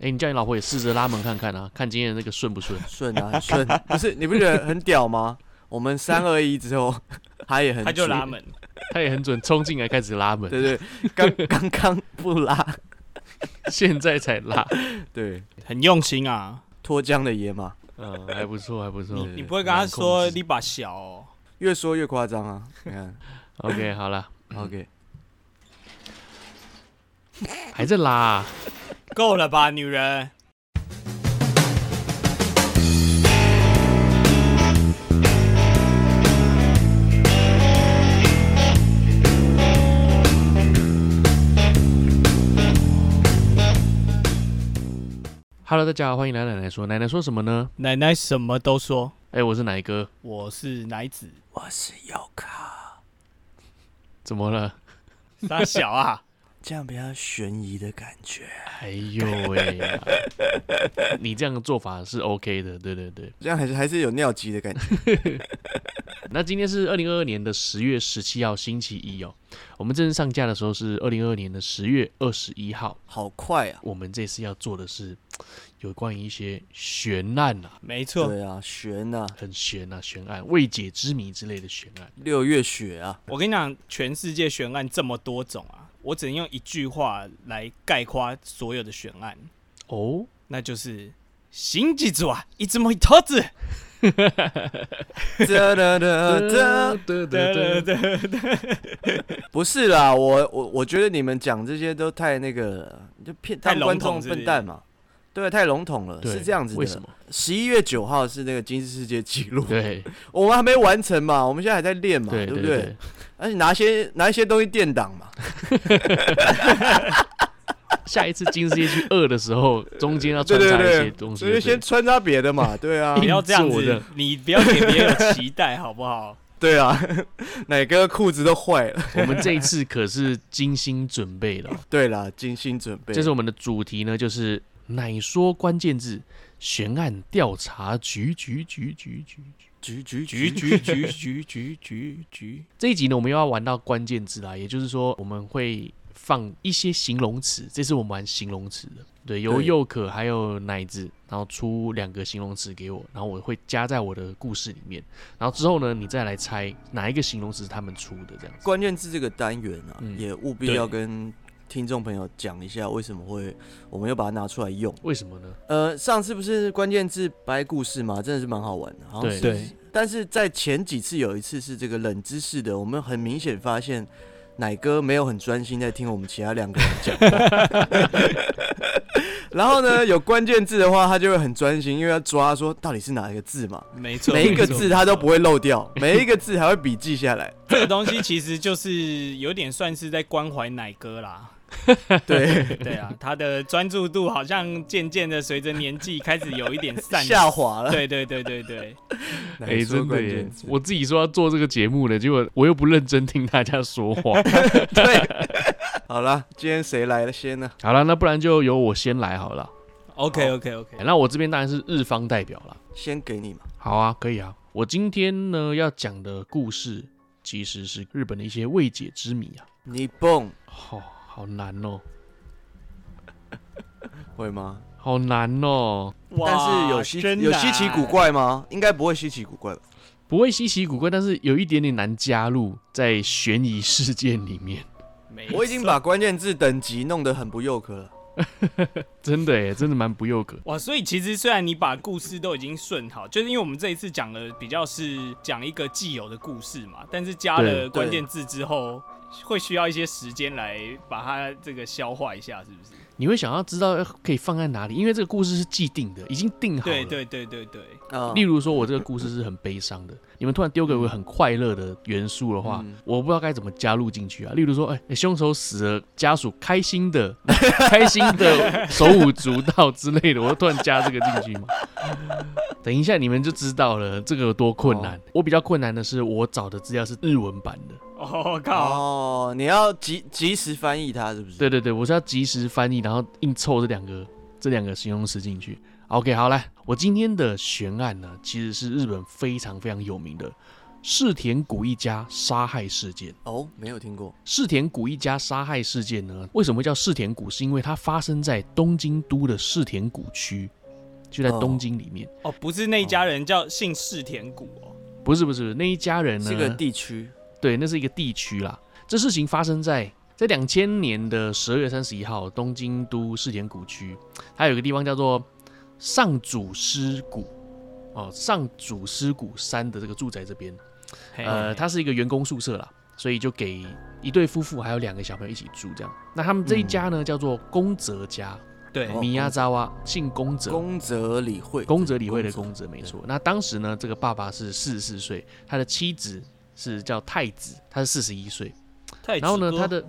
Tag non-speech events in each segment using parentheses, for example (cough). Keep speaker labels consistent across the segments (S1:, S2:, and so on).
S1: 哎，你叫你老婆也试着拉门看看啊， (laughs) 看今天的那个顺不顺。 (laughs)
S2: 顺啊，很
S3: (laughs)
S2: 顺，不是你不觉得很屌吗？我们三二一之后， (laughs) 他也很
S3: 他就
S2: 准
S3: 拉，门，
S1: 他也很准，冲进来开始拉门，
S2: 对对，刚刚刚不拉，
S1: (laughs) 现在才拉， (laughs)
S2: 对，
S3: 很用心啊。
S2: 脱缰的野马，
S1: 嗯，还不错，还不错
S2: 对。
S3: 你不会跟他
S1: 蛮控
S3: 说
S1: 制
S3: 你把小、哦，
S2: 越说越夸张啊！你看
S1: OK，好了，
S3: 嗯
S2: ，OK，
S1: 还在拉啊、
S3: 够了吧，女人？
S1: Hello，大家好，欢迎来奶奶说。奶奶说什么呢？
S3: 奶奶什么都说，
S1: 哎、我是奶哥，
S3: 我是奶子，
S2: 我是要卡，
S1: 怎么了？
S3: 傻小啊，
S2: 这样比较悬疑的感觉，
S1: 哎呦喂 (laughs) 呀、你这样的做法是 OK 的，对对对。
S2: 这样还是还是有尿急的感觉。
S1: 那今天是二零二二年的十月十七号，星期一哦。我们正式上架的时候是二零二二年的十月二十一号。
S2: 好快啊！
S1: 我们这次要做的是有关于一些悬案啊，
S3: 没错，
S2: 对啊，悬啊，
S1: 很悬啊，悬案、未解之谜之类的悬案。
S2: 六月雪啊， (laughs)
S3: 我跟你讲，全世界悬案这么多种啊，我只能用一句话来概括所有的悬案，
S1: 哦，
S3: 那就是“刑警组啊，一直摸一头子
S2: 哒哒哒呃哒，
S1: 对”。
S3: 对对
S1: 对，
S3: 对对，
S2: 不是啦，我我我觉得你们讲这些都太那个了，就骗
S3: 太
S2: 当观
S3: 笼统
S2: 众
S3: 是不是
S2: 笨蛋嘛。对，太笼统了，
S1: 对
S2: 是这样子的。
S1: 为什么？
S2: 十一月九号是那个金氏世界纪录，
S1: 对
S2: 我们还没完成嘛，我们现在还在练嘛，
S1: 对
S2: 不
S1: 对
S2: 对？
S1: 对，
S2: 而且拿些拿一些东西垫档嘛，
S1: 下一次金世界去二的时候，中间要
S2: 对
S1: 穿
S2: 对
S1: 插一些
S2: 对，
S1: 东西
S2: 所以
S1: 就对
S2: 就先
S1: 了。
S2: 穿插别
S1: (laughs)
S2: 的嘛，对啊
S3: 不，要这样
S1: 硬做
S3: 子
S1: 的，
S3: 你不要给别人有期待，好不好？
S2: 对啊， (laughs) 哪个裤子都坏了。
S1: 我们这一次可是精心准备的哦、
S2: 对啦，精心准备。
S1: 这是我们的主题呢，就是奶说关键字悬案调查局局局局局。
S2: 局局
S3: 局局局局局局局，
S1: 这一集呢，我们又要玩到关键字啦，也就是说我们会放一些形容词，这次我们玩形容词的。对，由
S2: 对
S1: 佑可还有奶子，然后出两个形容词给我，然后我会加在我的故事里面，然后之后呢，你再来猜哪一个形容词是他们出的这样子。
S2: 关键字这个单元啊，
S1: 嗯
S2: 也务必
S3: 对
S2: 要跟听众朋友讲一下为什么会我们又把它拿出来用。
S1: 为什么呢？
S2: 呃，上次不是关键字掰故事吗？真的是蛮好玩的，好像
S1: 对
S2: 是。但是在前几次有一次是这个冷知识的，我们很明显发现奶哥没有很专心在听我们其他两个人讲话。
S1: (laughs)
S2: 然后呢，有关键字的话，他就会很专心，因为要抓说到底是哪一个
S1: (laughs)
S2: 字嘛。
S3: 没错，
S2: 每一个
S3: 没错
S2: 字他都不会漏掉，每一个字还会笔记下来。
S3: 这个东西其实就是有点算是在关怀奶哥啦。
S1: (laughs)
S2: 对，
S3: 对啊，他的专注度好像渐渐的随着年纪开始有一点散
S2: 下。滑了。
S3: 对对对对对，
S2: 哪
S1: 哎、
S2: 一说
S1: 真的
S2: 关
S1: 耶
S2: 键！字
S1: 我自己说要做这个节目的，结果我又不认真听大家说话。 (laughs)
S2: 对。 (laughs) 好了，今天谁来了先呢？
S1: 好了，那不然就由我先来好了。
S3: ，OK OK OK，
S1: 哎那我这边当然是日方代表了。
S2: 先给你嘛。
S1: 好啊，可以啊。我今天呢要讲的故事其实是日本的一些未解之谜啊。
S2: 你蹦
S1: 哦，好难哦，
S2: 会吗？
S1: 好难哦，
S2: 但是有稀
S3: 真
S2: 有
S1: 啊
S3: 难
S2: 稀奇古，怪吗？应该不会稀奇古怪吧？
S1: 不会稀奇古怪，但是有一点点难加入在悬疑事件里面。 (laughs)
S3: 没
S2: 我已经
S3: 错
S2: 把关键字等级弄得很不诱客了。
S1: 真的耶，真的蛮不诱可。
S3: 哇，所以其实虽然你把故事都已经顺好，就是因为我们这一次讲的比较是讲一个既有的故事嘛，但是加
S1: 对
S3: 了关
S2: 对
S3: 键字之后，会需要一些时间来把它这个消化一下，是不是？
S1: 你会想要知道呃可以放在哪里，因为这个故事是既定的，已经定好了。
S3: 对对对对对，
S2: 啊
S1: 例如说，我这个故事是很悲伤的，你们突然丢给我很快乐的元素的话，
S2: 嗯
S1: 我不知道该怎么加入进去啊。例如说，哎、凶手死了，家属开心的、 (laughs) 开心的手舞足蹈之类的，我突然加这个进去嘛。等一下你们就知道了，这个有多困难。我比较困难的是，我找的资料是日文版的。
S3: 哦我靠，
S2: 哦，你要及及时翻译它是不是？
S1: 对对对，我是要及时翻译，然后硬凑这两个这两个形容词进去。OK，好来，我今天的悬案呢，其实是日本非常非常有名的世田谷一家杀害事件。
S2: 哦，没有听过。
S1: 世田谷一家杀害事件呢，为什么会叫世田谷？是因为它发生在东京都的世田谷区，就在
S2: 哦
S1: 东京里面。
S3: 哦，不是那一家人叫姓世田谷哦，
S1: 不是不是，那一家人呢？
S2: 是个地区
S1: 对，那是一个地区啦。这事情发生在在两千年的十二月三十一号，东京都世田谷区，它有一个地方叫做上主师谷，哦，上主师谷山的这个住宅这边，
S3: 嘿
S2: 哎
S1: 呃，它是一个员工宿舍啦，所以就给一对夫妇还有两个小朋友一起住这样。那他们这一家呢，叫做宫泽家，
S3: 对
S2: 嗯哦
S1: 米亚扎哇，姓宫泽。
S2: 宫泽理惠，
S1: 宫泽理惠的宫泽，没
S2: 对
S1: 错。那当时呢，这个爸爸是四十四岁，他的妻子是叫太子，他是四十一岁。
S3: 太
S1: 然后呢，
S3: 哎子哥
S1: 他的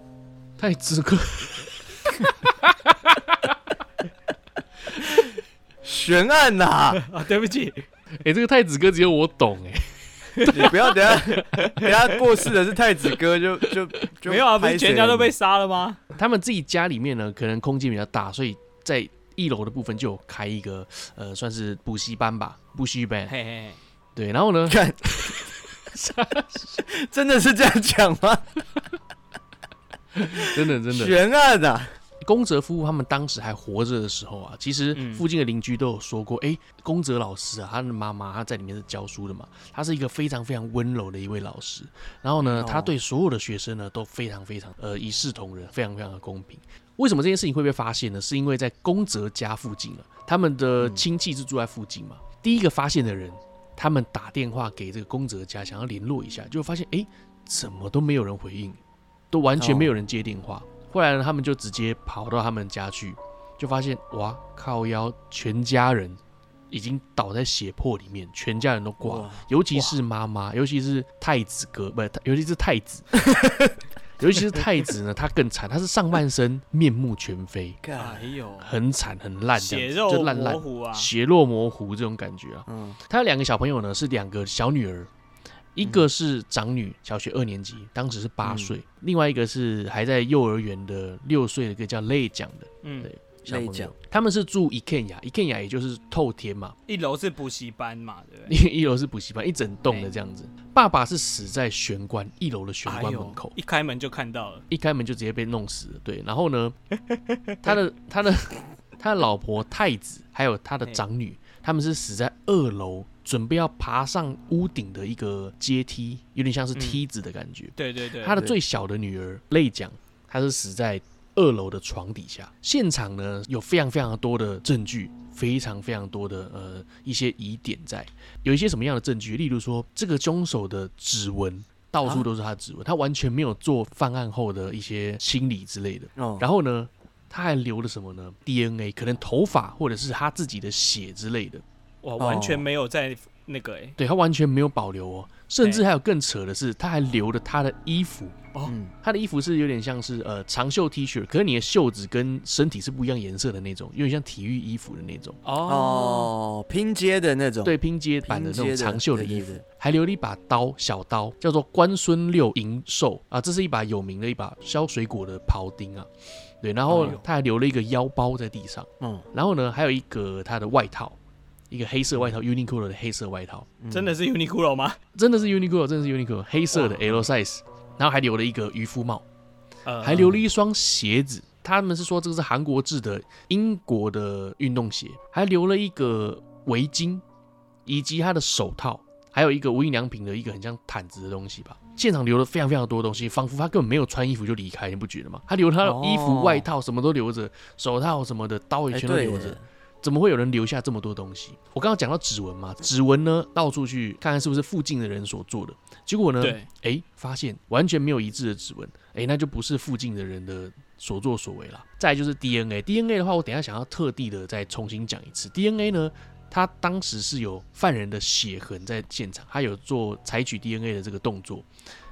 S1: 太子哥，
S2: 悬案
S3: (laughs)
S2: 呐！
S3: 啊，对不起，
S1: 哎、这个太子哥只有我懂哎、
S2: 你不要等下等下过世的是太子哥，就就就
S3: 没有啊，不是
S2: 拍谁
S3: 全家都
S2: 了
S3: 被杀了吗？
S1: 他们自己家里面呢，可能空间比较大，所以在一楼的部分就有开一个呃，算是补习班吧，补习班。
S3: 嘿嘿，嘿
S1: 对，然后呢，
S2: 看，真的是这样讲吗？
S1: 真的真的，
S2: 悬案啊！
S1: 宫泽夫妇他们当时还活着的时候啊，其实
S3: 嗯
S1: 附近的邻居都有说过，哎、宫泽老师啊，他的妈妈她在里面是教书的嘛，她是一个非常非常温柔的一位老师。然后呢
S2: 哦，
S1: 她对所有的学生呢都非常非常呃一视同仁，非常非常的公平。为什么这件事情会被发现呢？是因为在宫泽家附近啊，他们的亲戚是住在附近嘛。第一个发现的人，他们打电话给这个宫泽家，想要联络一下，就发现哎、诶怎么都没有人回应，都完全没有人接电话。后来呢，他们就直接跑到他们家去，就发现哇靠腰，全家人已经倒在血泊里面，全家人都挂了
S2: 哇，
S1: 尤其是妈妈，尤其是太子哥，不，尤其是太
S3: (laughs)
S1: 子，尤其是太子呢，他更惨，他是上半身面目全非，
S2: 干
S3: 哎呦，
S1: 很惨很烂这
S3: 血
S1: 样子，
S3: 肉
S1: 就烂烂
S3: 模，糊啊，
S1: 血肉模糊这种感觉啊。
S2: 嗯，
S1: 他有两个小朋友呢，是两个小女儿，一个是长女，小学二年级，当时是八
S2: 嗯
S1: 岁；另外一个是还在幼儿园的六岁的一个叫泪奖的
S3: 嗯
S1: 对，小
S2: 泪
S1: 朋
S2: 奖
S1: 友。他们是住一片雅，一片雅也就是透天嘛， (laughs)
S3: 一楼是补习班嘛，对不对？
S1: 一一楼是补习班，一整栋的这样子。爸爸是死在玄关一楼的玄
S3: 哎
S1: 关
S3: 呦
S1: 门口，
S3: 一开门就看到了，
S1: 一开门就直接被弄死了。对，然后呢，他的他的他的老婆太子，还有他的长女，他们是死在二楼，准备要爬上屋顶的一个阶梯，有点像是
S3: 嗯
S1: 梯子的感觉。
S3: 对对对，
S1: 他的
S2: 对
S1: 最小的女儿泪奖，她是死在二楼的床底下。现场呢有非常非常多的证据，非常非常多的呃一些疑点在，有一些什么样的证据？例如说这个凶手的指纹。到处
S2: 啊
S1: 都是他的指纹，他完全没有做犯案后的一些清理之类的。
S2: 哦，
S1: 然后呢，他还留了什么呢？DNA，可能头发或者是他自己的血之类的。
S3: 哇，
S2: 哦
S3: 完全没有在那个哎，
S1: 对他完全没有保留哦，甚至还有更扯的是，他还留了他的衣服。
S2: 嗯，
S1: 他的衣服是有点像是呃长袖 T 恤，可是你的袖子跟身体是不一样颜色的那种，有点像体育衣服的那种，
S3: 哦，
S2: 哦，拼接的那种，
S1: 对，拼接版的那
S2: 拼接
S1: 种
S2: 的
S1: 长袖的衣
S2: 对
S1: 服
S2: 对对，
S1: 还留了一把刀，小刀叫做关孙六银寿啊，这是一把有名的一把削水果的庖丁啊，对，然后
S3: 哎呦
S1: 他还留了一个腰包在地上，
S2: 嗯，
S1: 然后呢还有一个他的外套，一个黑色外套，Uniqlo 的黑色外套，
S2: 嗯
S3: 真的是 Uniqlo 吗？
S1: 真的是 Uniqlo，真的是 Uniqlo 黑色的
S3: 哇
S1: L size，然后还留了一个渔夫帽。
S3: 呃
S1: 还留了一双鞋子。他们是说这个是韩国制的英国的运动鞋，还留了一个围巾，以及他的手套，还有一个无印良品的一个很像毯子的东西吧。现场留了非常非常多东西，仿佛他根本没有穿衣服就离开，你不觉得吗？他留他的衣服、
S2: 哦
S1: 外套什么都留着，手套什么的，刀也
S2: 哎
S1: 全都
S2: 对
S1: 留着。怎么会有人留下这么多东西？我刚刚讲到指纹嘛，指纹呢到处去看看是不是附近的人所做的，结果呢，
S3: 对，
S1: 哎，发现完全没有一致的指纹，哎，那就不是附近的人的所作所为了。再来就是 DNA，DNA 的话，我等一下想要特地的再重新讲一次。DNA 呢，它当时是有犯人的血痕在现场，它有做采取 DNA 的这个动作。呃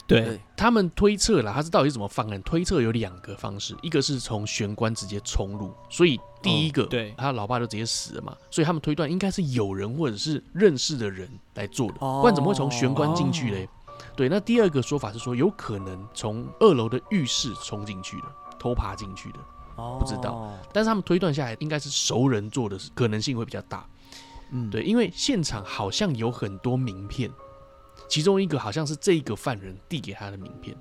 S3: 对，
S1: 他们推测啦，他是到底是怎么犯案？推测有两个方式，一个是从玄关直接冲入，所以第一个，
S3: 对
S1: 他老爸就直接死了嘛，所以他们推断应该是有人或者是认识的人来做的，
S2: 哦
S1: 不然怎么会从玄关进去嘞？对，那第二个说法是说，有可能从二楼的浴室冲进去的，偷爬进去的，
S2: 哦，
S1: 不知道但是他们推断下来应该是熟人做的，可能性会比较大。
S2: 嗯，
S1: 对，因为现场好像有很多名片，其中一个好像是这个犯人递给他的名片，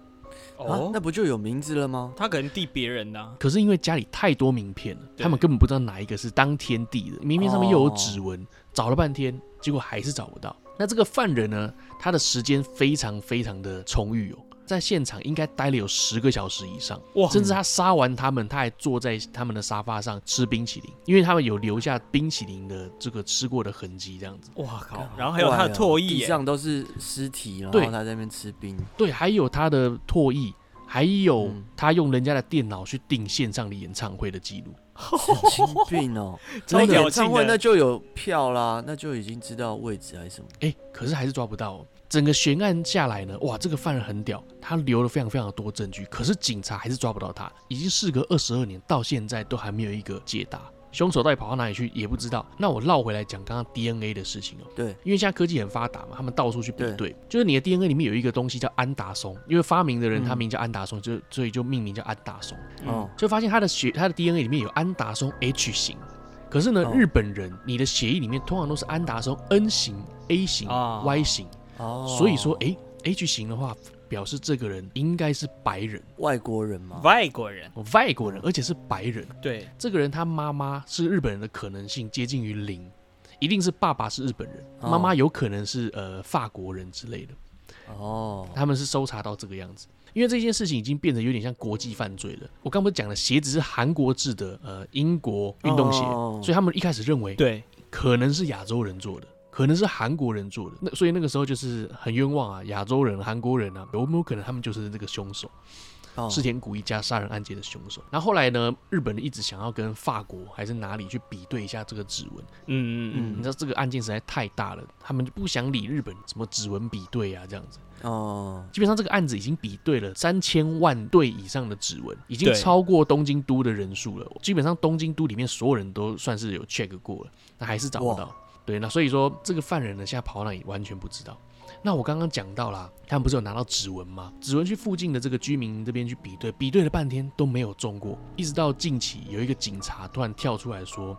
S2: 啊
S3: 哦，，
S2: 那不就有名字了吗？
S3: 他可能递别人的啊、
S1: 可是因为家里太多名片了，
S3: 对哦
S1: 他们根本不知道哪一个是当天递的，名片上面又有指纹，找了半天，结果还是找不到。那这个犯人呢，他的时间非常非常的充裕哦，在现场应该待了有十个小时以上，
S3: 哇
S1: 甚至他杀完他们，他还坐在他们的沙发上吃冰淇淋，因为他们有留下冰淇淋的这个吃过的痕迹，这样子。
S3: 哇靠！然后哦还有他的唾液
S2: 啊地
S3: 耶，
S2: 上都是尸体，然后
S1: 对
S2: 他在那边吃
S3: (laughs)
S2: 冰。
S1: 对，还有他的唾液，还有
S2: 嗯
S1: 他用人家的电脑去订线上的演唱会的记录。
S2: 神经病哦！
S3: (laughs) 超
S2: 那演
S3: 屌劲
S2: 唱会那
S3: 的。
S2: 就有票啦，那就已经知道位置还是什么。
S1: 哎、可是还是抓不到、哦。整个悬案下来呢，哇，这个犯人很屌，他留了非常非常多证据，可是警察还是抓不到他。已经事隔二十二年，到现在都还没有一个解答，凶手到底跑到哪里去也不知道。那我绕回来讲刚刚 DNA 的事情哦，
S2: 对，
S1: 因为现在科技很发达嘛，他们到处去比对，
S2: 对
S1: 就是你的 DNA 里面有一个东西叫安达松，因为发明的人
S2: 嗯
S1: 他名叫安达松，就所以就命名叫安达松。
S2: 哦
S3: 嗯，，
S1: 就发现他的血他的 DNA 里面有安达松 H 型，可是呢，
S2: 哦
S1: 日本人你的血液里面通常都是安达松 N 型、A 型、
S3: 啊
S1: Y 型，
S2: 哦，
S1: 所以说诶 H 型的话，表示这个人应该是白人，
S2: 外国人嘛，
S3: 外国人
S1: 外国人，而且是白人。
S3: 对，
S1: 这个人他妈妈是日本人的可能性接近于零，一定是爸爸是日本人，
S2: 哦
S1: 妈妈有可能是呃法国人之类的。
S2: 哦，
S1: 他们是搜查到这个样子。因为这件事情已经变得有点像国际犯罪了。我刚不是讲了，鞋子是韩国制的，呃，英国运动鞋，
S2: 哦
S1: 所以他们一开始认为
S3: 对，
S1: 可能是亚洲人做的，可能是韩国人做的。那所以那个时候就是很冤枉啊，亚洲人、韩国人啊，有没有可能他们就是这个凶手？嗯
S2: 哦
S1: 世田谷一家杀人案件的凶手。然后后来呢，日本人一直想要跟法国还是哪里去比对一下这个指纹，
S3: 嗯嗯
S1: 你知道这个案件实在太大了，他们就不想理日本什么指纹比对啊这样子。
S2: 哦，
S1: 基本上这个案子已经比对了三千万对以上的指纹，已经
S3: 对
S1: 超过东京都的人数了。基本上东京都里面所有人都算是有 check 过了，那还是找不到。对，那所以说这个犯人呢，现在跑到哪里完全不知道。那我刚刚讲到啦，他们不是有拿到指纹吗？指纹去附近的这个居民这边去比对，比对了半天都没有中过，一直到近期有一个警察突然跳出来说，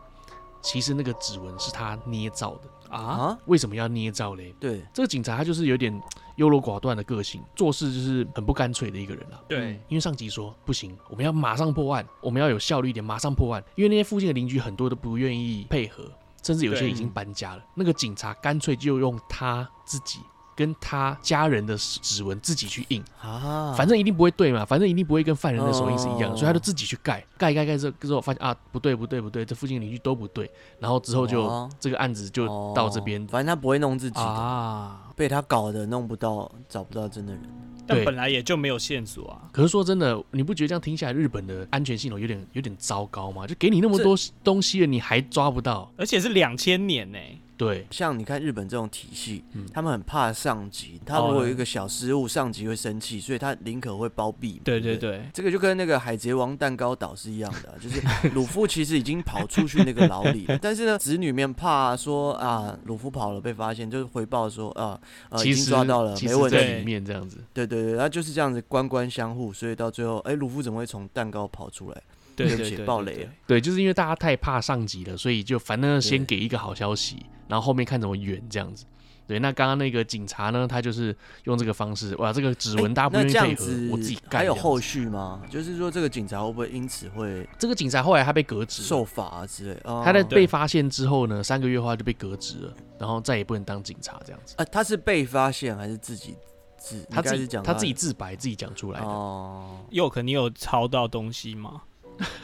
S1: 其实那个指纹是他捏造的。
S3: 嗯啊，
S2: 啊，
S1: 为什么要捏造嘞？
S2: 对，
S1: 这个警察他就是有点嘖优柔寡断的个性，做事就是很不干脆的一个人啊。
S3: 对，
S1: 因为上级说不行，我们要马上破案，我们要有效率一点，马上破案。因为那些附近的邻居很多都不愿意配合，甚至有些
S3: 对
S1: 已经搬家了。那个警察干脆就用他自己跟他家人的指纹自己去印，
S2: 啊，
S1: 反正一定不会对嘛，反正一定不会跟犯人的手印是一样的，
S2: 哦
S1: 所以他就自己去盖，盖盖盖之后之后发现啊不对不对不对，这附近邻居都不对，然后之后就、
S2: 哦
S1: 这个案子就到这边
S2: 哦。反正他不会弄自己的，
S1: 啊，
S2: 被他搞的弄不到，找不到真的人。
S3: 但
S1: 对
S3: 本来也就没有线索啊。
S1: 可是说真的，你不觉得这样听起来，日本的安全系统有点有点糟糕吗？就给你那么多东西了，你还抓不到？
S3: 而且是两千年呢、
S1: 对，
S2: 像你看日本这种体系
S1: 嗯，
S2: 他们很怕上级，他如果有一个小失误，上级会生气，所以他宁可会包庇嘛。
S3: 对
S2: 对
S3: 对
S2: 不对。
S3: 对，
S2: 这个就跟那个《海贼王蛋糕岛》是一样的啊、就是鲁夫其实已经跑出去那个牢里了，但是呢，子女们怕说啊，鲁夫跑了被发现，就是回报说啊，呃，
S1: 其
S2: 已经
S1: 实
S2: 抓到了，
S1: 其
S2: 没
S1: 实
S2: 问
S1: 在
S2: 题。
S1: 里面这样子，
S2: 对对对，他就是这样子官官相护，所以到最后，哎，鲁夫怎么会从蛋糕跑出来？
S3: 对
S2: 对
S3: 对
S2: 不
S3: 对
S2: 起
S3: 对
S2: 爆雷
S3: 对
S2: 了
S1: 对，就是因为大家太怕上级了，所以就反正先
S2: 对
S1: 给一个好消息，然后后面看怎么圆这样子。对，那刚刚那个警察呢，他就是用这个方式，哇，这个指
S2: 哎
S1: 纹大家不
S2: 那
S1: 愿意
S2: 这
S1: 配
S2: 样
S1: 合
S2: 子，
S1: 我自己盖。
S2: 还有后，续吗？就是说，这个警察会不会因此会
S1: 这个警察后来他被革职了，
S2: 受罚啊之类？哦
S1: 他在
S3: 对
S1: 被发现之后呢，三个月后他就被革职了，然后再也不能当警察这样子。
S2: 啊，他是被发现还是自己自？
S1: 他自
S2: 你刚才是
S1: 己
S2: 讲
S1: 他自己自白自己讲出来的。
S2: 哦，
S3: 佑可，你有抄到东西吗？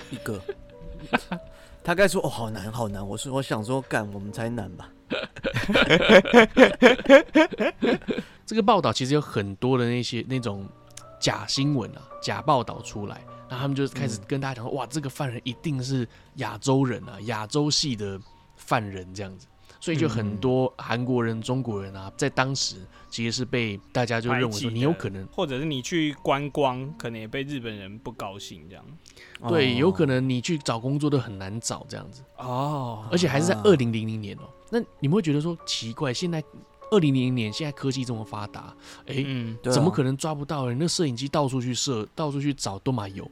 S2: 一个。 (laughs) 他该说哦，好难，好难。我说，我想说，干我们才难吧？
S1: 这个报道其实有很多的那些那种假新闻啊、假报道出来，然后他们就开始
S2: 嗯
S1: 跟大家讲说，哇，这个犯人一定是亚洲人啊，亚洲系的犯人这样子。所以就很
S2: 嗯
S1: 多韩国人、中国人啊，在当时其实是被大家就认为
S3: 排
S1: 说
S3: 挤的
S1: 你有可能，
S3: 或者是你去观光，可能也被日本人不高兴这样。
S1: 对，
S2: 哦
S1: 有可能你去找工作都很难找这样子，
S3: 哦
S1: 而且还是在
S2: 啊
S1: 二零零零年哦、那你们会觉得说奇怪，现在二零零零年现在科技这么发达，哎、
S3: 嗯，
S2: 对啊
S1: 怎么可能抓不到人？那摄影机到处去摄，到处去找都嘛有。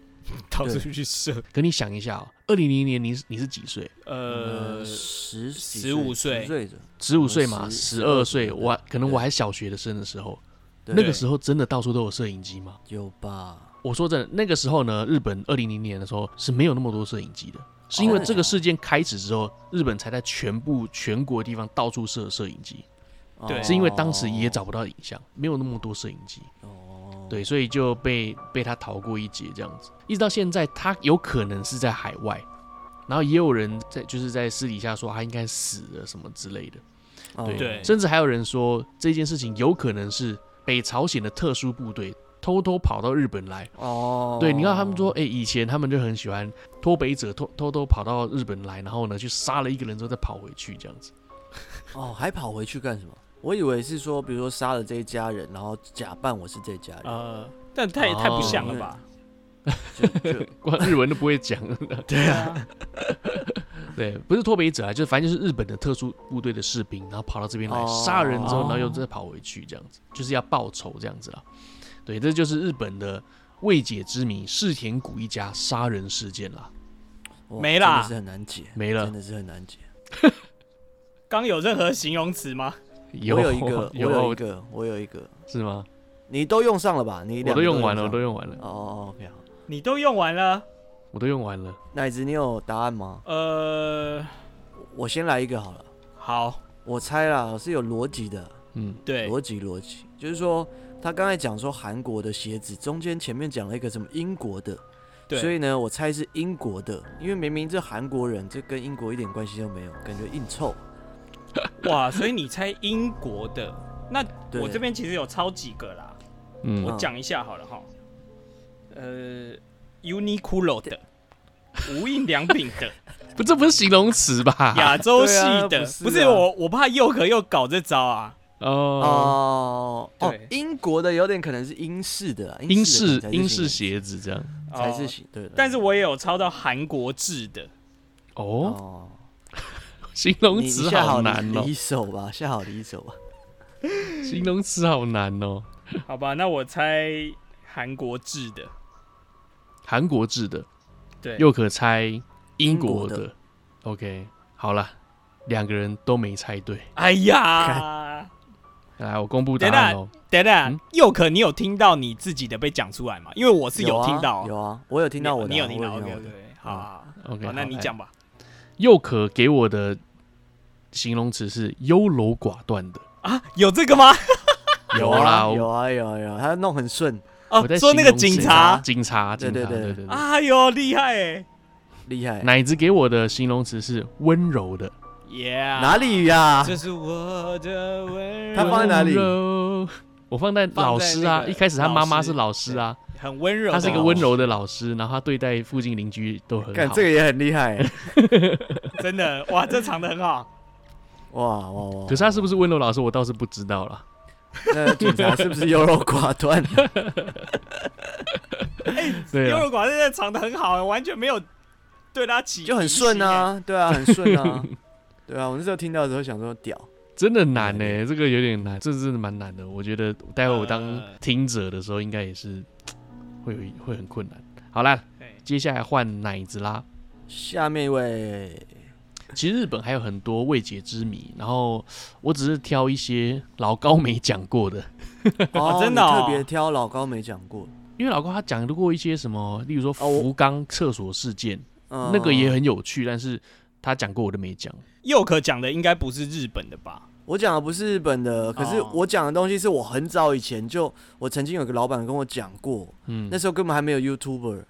S3: 到处去射。
S1: 可你想一下哦，二零零年你是你是几岁？
S3: 呃，
S2: 十几
S3: 15岁
S2: 十岁的，
S1: 十五岁嘛，
S2: 十
S1: 十二岁，
S2: 12
S1: 我还可能
S2: 对
S1: 我还小学的生的时候，
S2: 对
S1: 那个时候真的到处都有摄影机吗？
S2: 有吧？
S1: 我说真的，那个时候呢，日本二零零年的时候是没有那么多摄影机的，是因为这个事件开始之后，日本才在全部全国地方到处设摄影机，
S3: 对
S1: 是因为当时也找不到影像，没有那么多摄影机，
S2: 哦，
S1: 对，所以就被被他逃过一劫这样子，一直到现在，他有可能是在海外。然后也有人在，就是在私底下说他应该死了什么之类的，
S2: 哦
S1: 对，
S3: 对
S1: 甚至还有人说这件事情有可能是北朝鲜的特殊部队偷偷跑到日本来，
S2: 哦，
S1: 对，你看他们说，哎、以前他们就很喜欢脱北者偷偷偷跑到日本来，然后呢去杀了一个人之后再跑回去这样子。 (laughs)
S2: 哦，还跑回去干什么？我以为是说，比如说杀了这一家人，然后假扮我是这一家人，
S1: 啊
S3: 呃，但太太不像了吧？
S2: 哦
S1: (laughs)
S2: 就就
S1: 光日文都不会讲，
S3: 对啊，
S1: 对，不是脱北者啊，就是反正就是日本的特殊部队的士兵，然后跑到这边来
S2: 哦
S1: 杀人之后，然后又
S3: 哦
S1: 再跑回去这样子，就是要报仇这样子啦。对，这就是日本的未解之谜世田谷一家杀人事件啦，
S2: 哇
S3: 没
S2: 真
S3: 啦
S2: 的是很难解，
S1: 没了
S2: 真。的是很难解。
S3: 刚有任何形容词吗？
S2: 我有一个，我
S1: (laughs)
S2: 有
S1: 有
S2: 一个，我有一个，
S1: 是吗？
S2: 你都用上了吧？你
S1: 我都
S2: 两个
S1: 用完了，
S2: 上
S1: 我都用完了，
S2: 哦，OK，好，
S3: 你都用完了，
S1: 我都用完了。
S2: 奶子，你有答案吗？
S3: 呃，
S2: 我先来一个好了，
S3: 好，
S2: 我猜啦是有逻辑的，
S1: 嗯，
S3: 对，
S2: 逻辑逻辑，就是说他刚才讲说韩国的鞋子，中间前面讲了一个什么英国的，
S3: 对，
S2: 所以呢，我猜是英国的，因为明明这韩国人，这跟英国一点关系都没有，感觉硬凑。
S3: 哇，所以你猜英国的？那
S2: 对
S3: 我这边其实有超几个啦，
S1: 嗯，
S3: 我讲一下好了哈。呃，Uniqlo 的，无印良品
S1: (laughs)
S3: 的，
S1: 不，这不是形容词吧？
S3: 亚洲系
S2: 对
S3: 的，
S2: 啊
S3: 不
S2: 不
S3: 是
S2: 是啊
S3: 我，我怕佑可又搞这招啊。
S1: 哦，
S2: 哦哦
S3: 对，
S2: 英国的有点可能是英式的啦，
S1: 英
S2: 式
S1: 式
S2: 的
S1: 英式鞋子这样。
S2: 才是
S3: 哦
S2: 行对的。
S3: 但是我也有抄到韩国制的，
S1: 哦，
S2: 哦，
S1: 形
S2: 你
S1: 容
S2: 你
S1: 哦词
S2: 下好
S1: 难哦
S2: 离，手吧，下好离手吧。
S1: 形容词好难哦。
S3: 好吧？那我猜韩国制的，
S1: 韩国制的，
S3: 对，
S1: 又可猜英国
S2: 英国
S1: 的。OK，好了，两个人都没猜对。
S3: 哎呀，
S1: 来，我公布答案哦。
S3: 等等
S1: 嗯，
S3: 佑可，你有听到你自己的被讲出来吗？因为我 (laughs) 是
S2: 啊
S3: 听到哦，
S2: 有啊，我有听到我的啊，
S3: 你有听到
S2: 我有嗯
S3: ，OK
S2: 我的
S3: OK，好好，好
S1: OK，
S3: 好那你
S1: 来
S3: 讲。吧。
S1: 又可给我的形容词是优柔寡断的。
S3: 啊，有这个吗？
S1: 有啦，
S2: 啊，
S1: 我
S2: 有啊，有啊，有啊，他弄很顺，
S3: 哦
S1: 我在，
S3: 说那
S1: 形容
S3: 个
S1: 啊
S3: 警
S1: 词
S3: 察，
S1: 警察，
S2: 对
S1: 警察，
S2: 对对
S1: 对对对。
S3: 哎呦，厉害哎
S2: 厉害。
S1: 奶子给我的形容词是温柔的。
S3: ，Yeah，
S2: 哪里
S1: 啊
S2: 呀？
S3: 这是我的温柔，
S2: 他放在哪里
S1: 温柔我放在老师啊，
S3: 放在那个
S1: 一开始他妈妈是老师啊，
S3: 很温柔的
S1: 他
S3: 老师，
S1: 是一个温柔的老师，然后他对待附近邻居都很
S2: 看
S1: 好。
S2: 这个也很厉害，
S3: 真的哇，这藏的很好。
S2: 哇哇哇！
S1: 可是他是不是温柔老师，我倒是不知道了。
S2: 那警察是不是优柔寡断？
S1: 对
S3: 优
S1: 啊，
S3: 柔寡断真的藏的很好，完全没有对他起
S2: 就很顺
S3: 疑心欸。
S2: 啊，对啊，很顺
S1: (laughs)
S2: 啊，对啊。我那时候听到的时候想说，屌，
S1: 真的难呢、这个有点难，这真的蛮难的。我觉得待会我当
S3: 呃
S1: 听者的时候，应该也是会有一会很困难。好啦，
S3: 对
S1: 接下来换奶子啦。
S2: 下面
S1: (laughs)
S2: 一位
S1: 其实日本还有很多未解之谜，然后我只是挑一些老高没讲过的，
S2: 哦，
S3: 真的
S2: 你
S3: 哦
S2: 特别挑老高没讲过，
S1: 因为老高他讲过一些什么，例如说
S2: 哦我
S1: 福冈厕所事件，
S2: 嗯
S1: 那个也很有趣，但是他讲过我都没讲。
S3: 佑可讲的应该不是日本的吧？
S2: 我讲的不是日本的，可是
S3: 哦
S2: 我讲的东西是我很早以前就，我曾经有个老板跟我讲过，
S1: 嗯
S2: 那，时候根本还没有 YouTuber，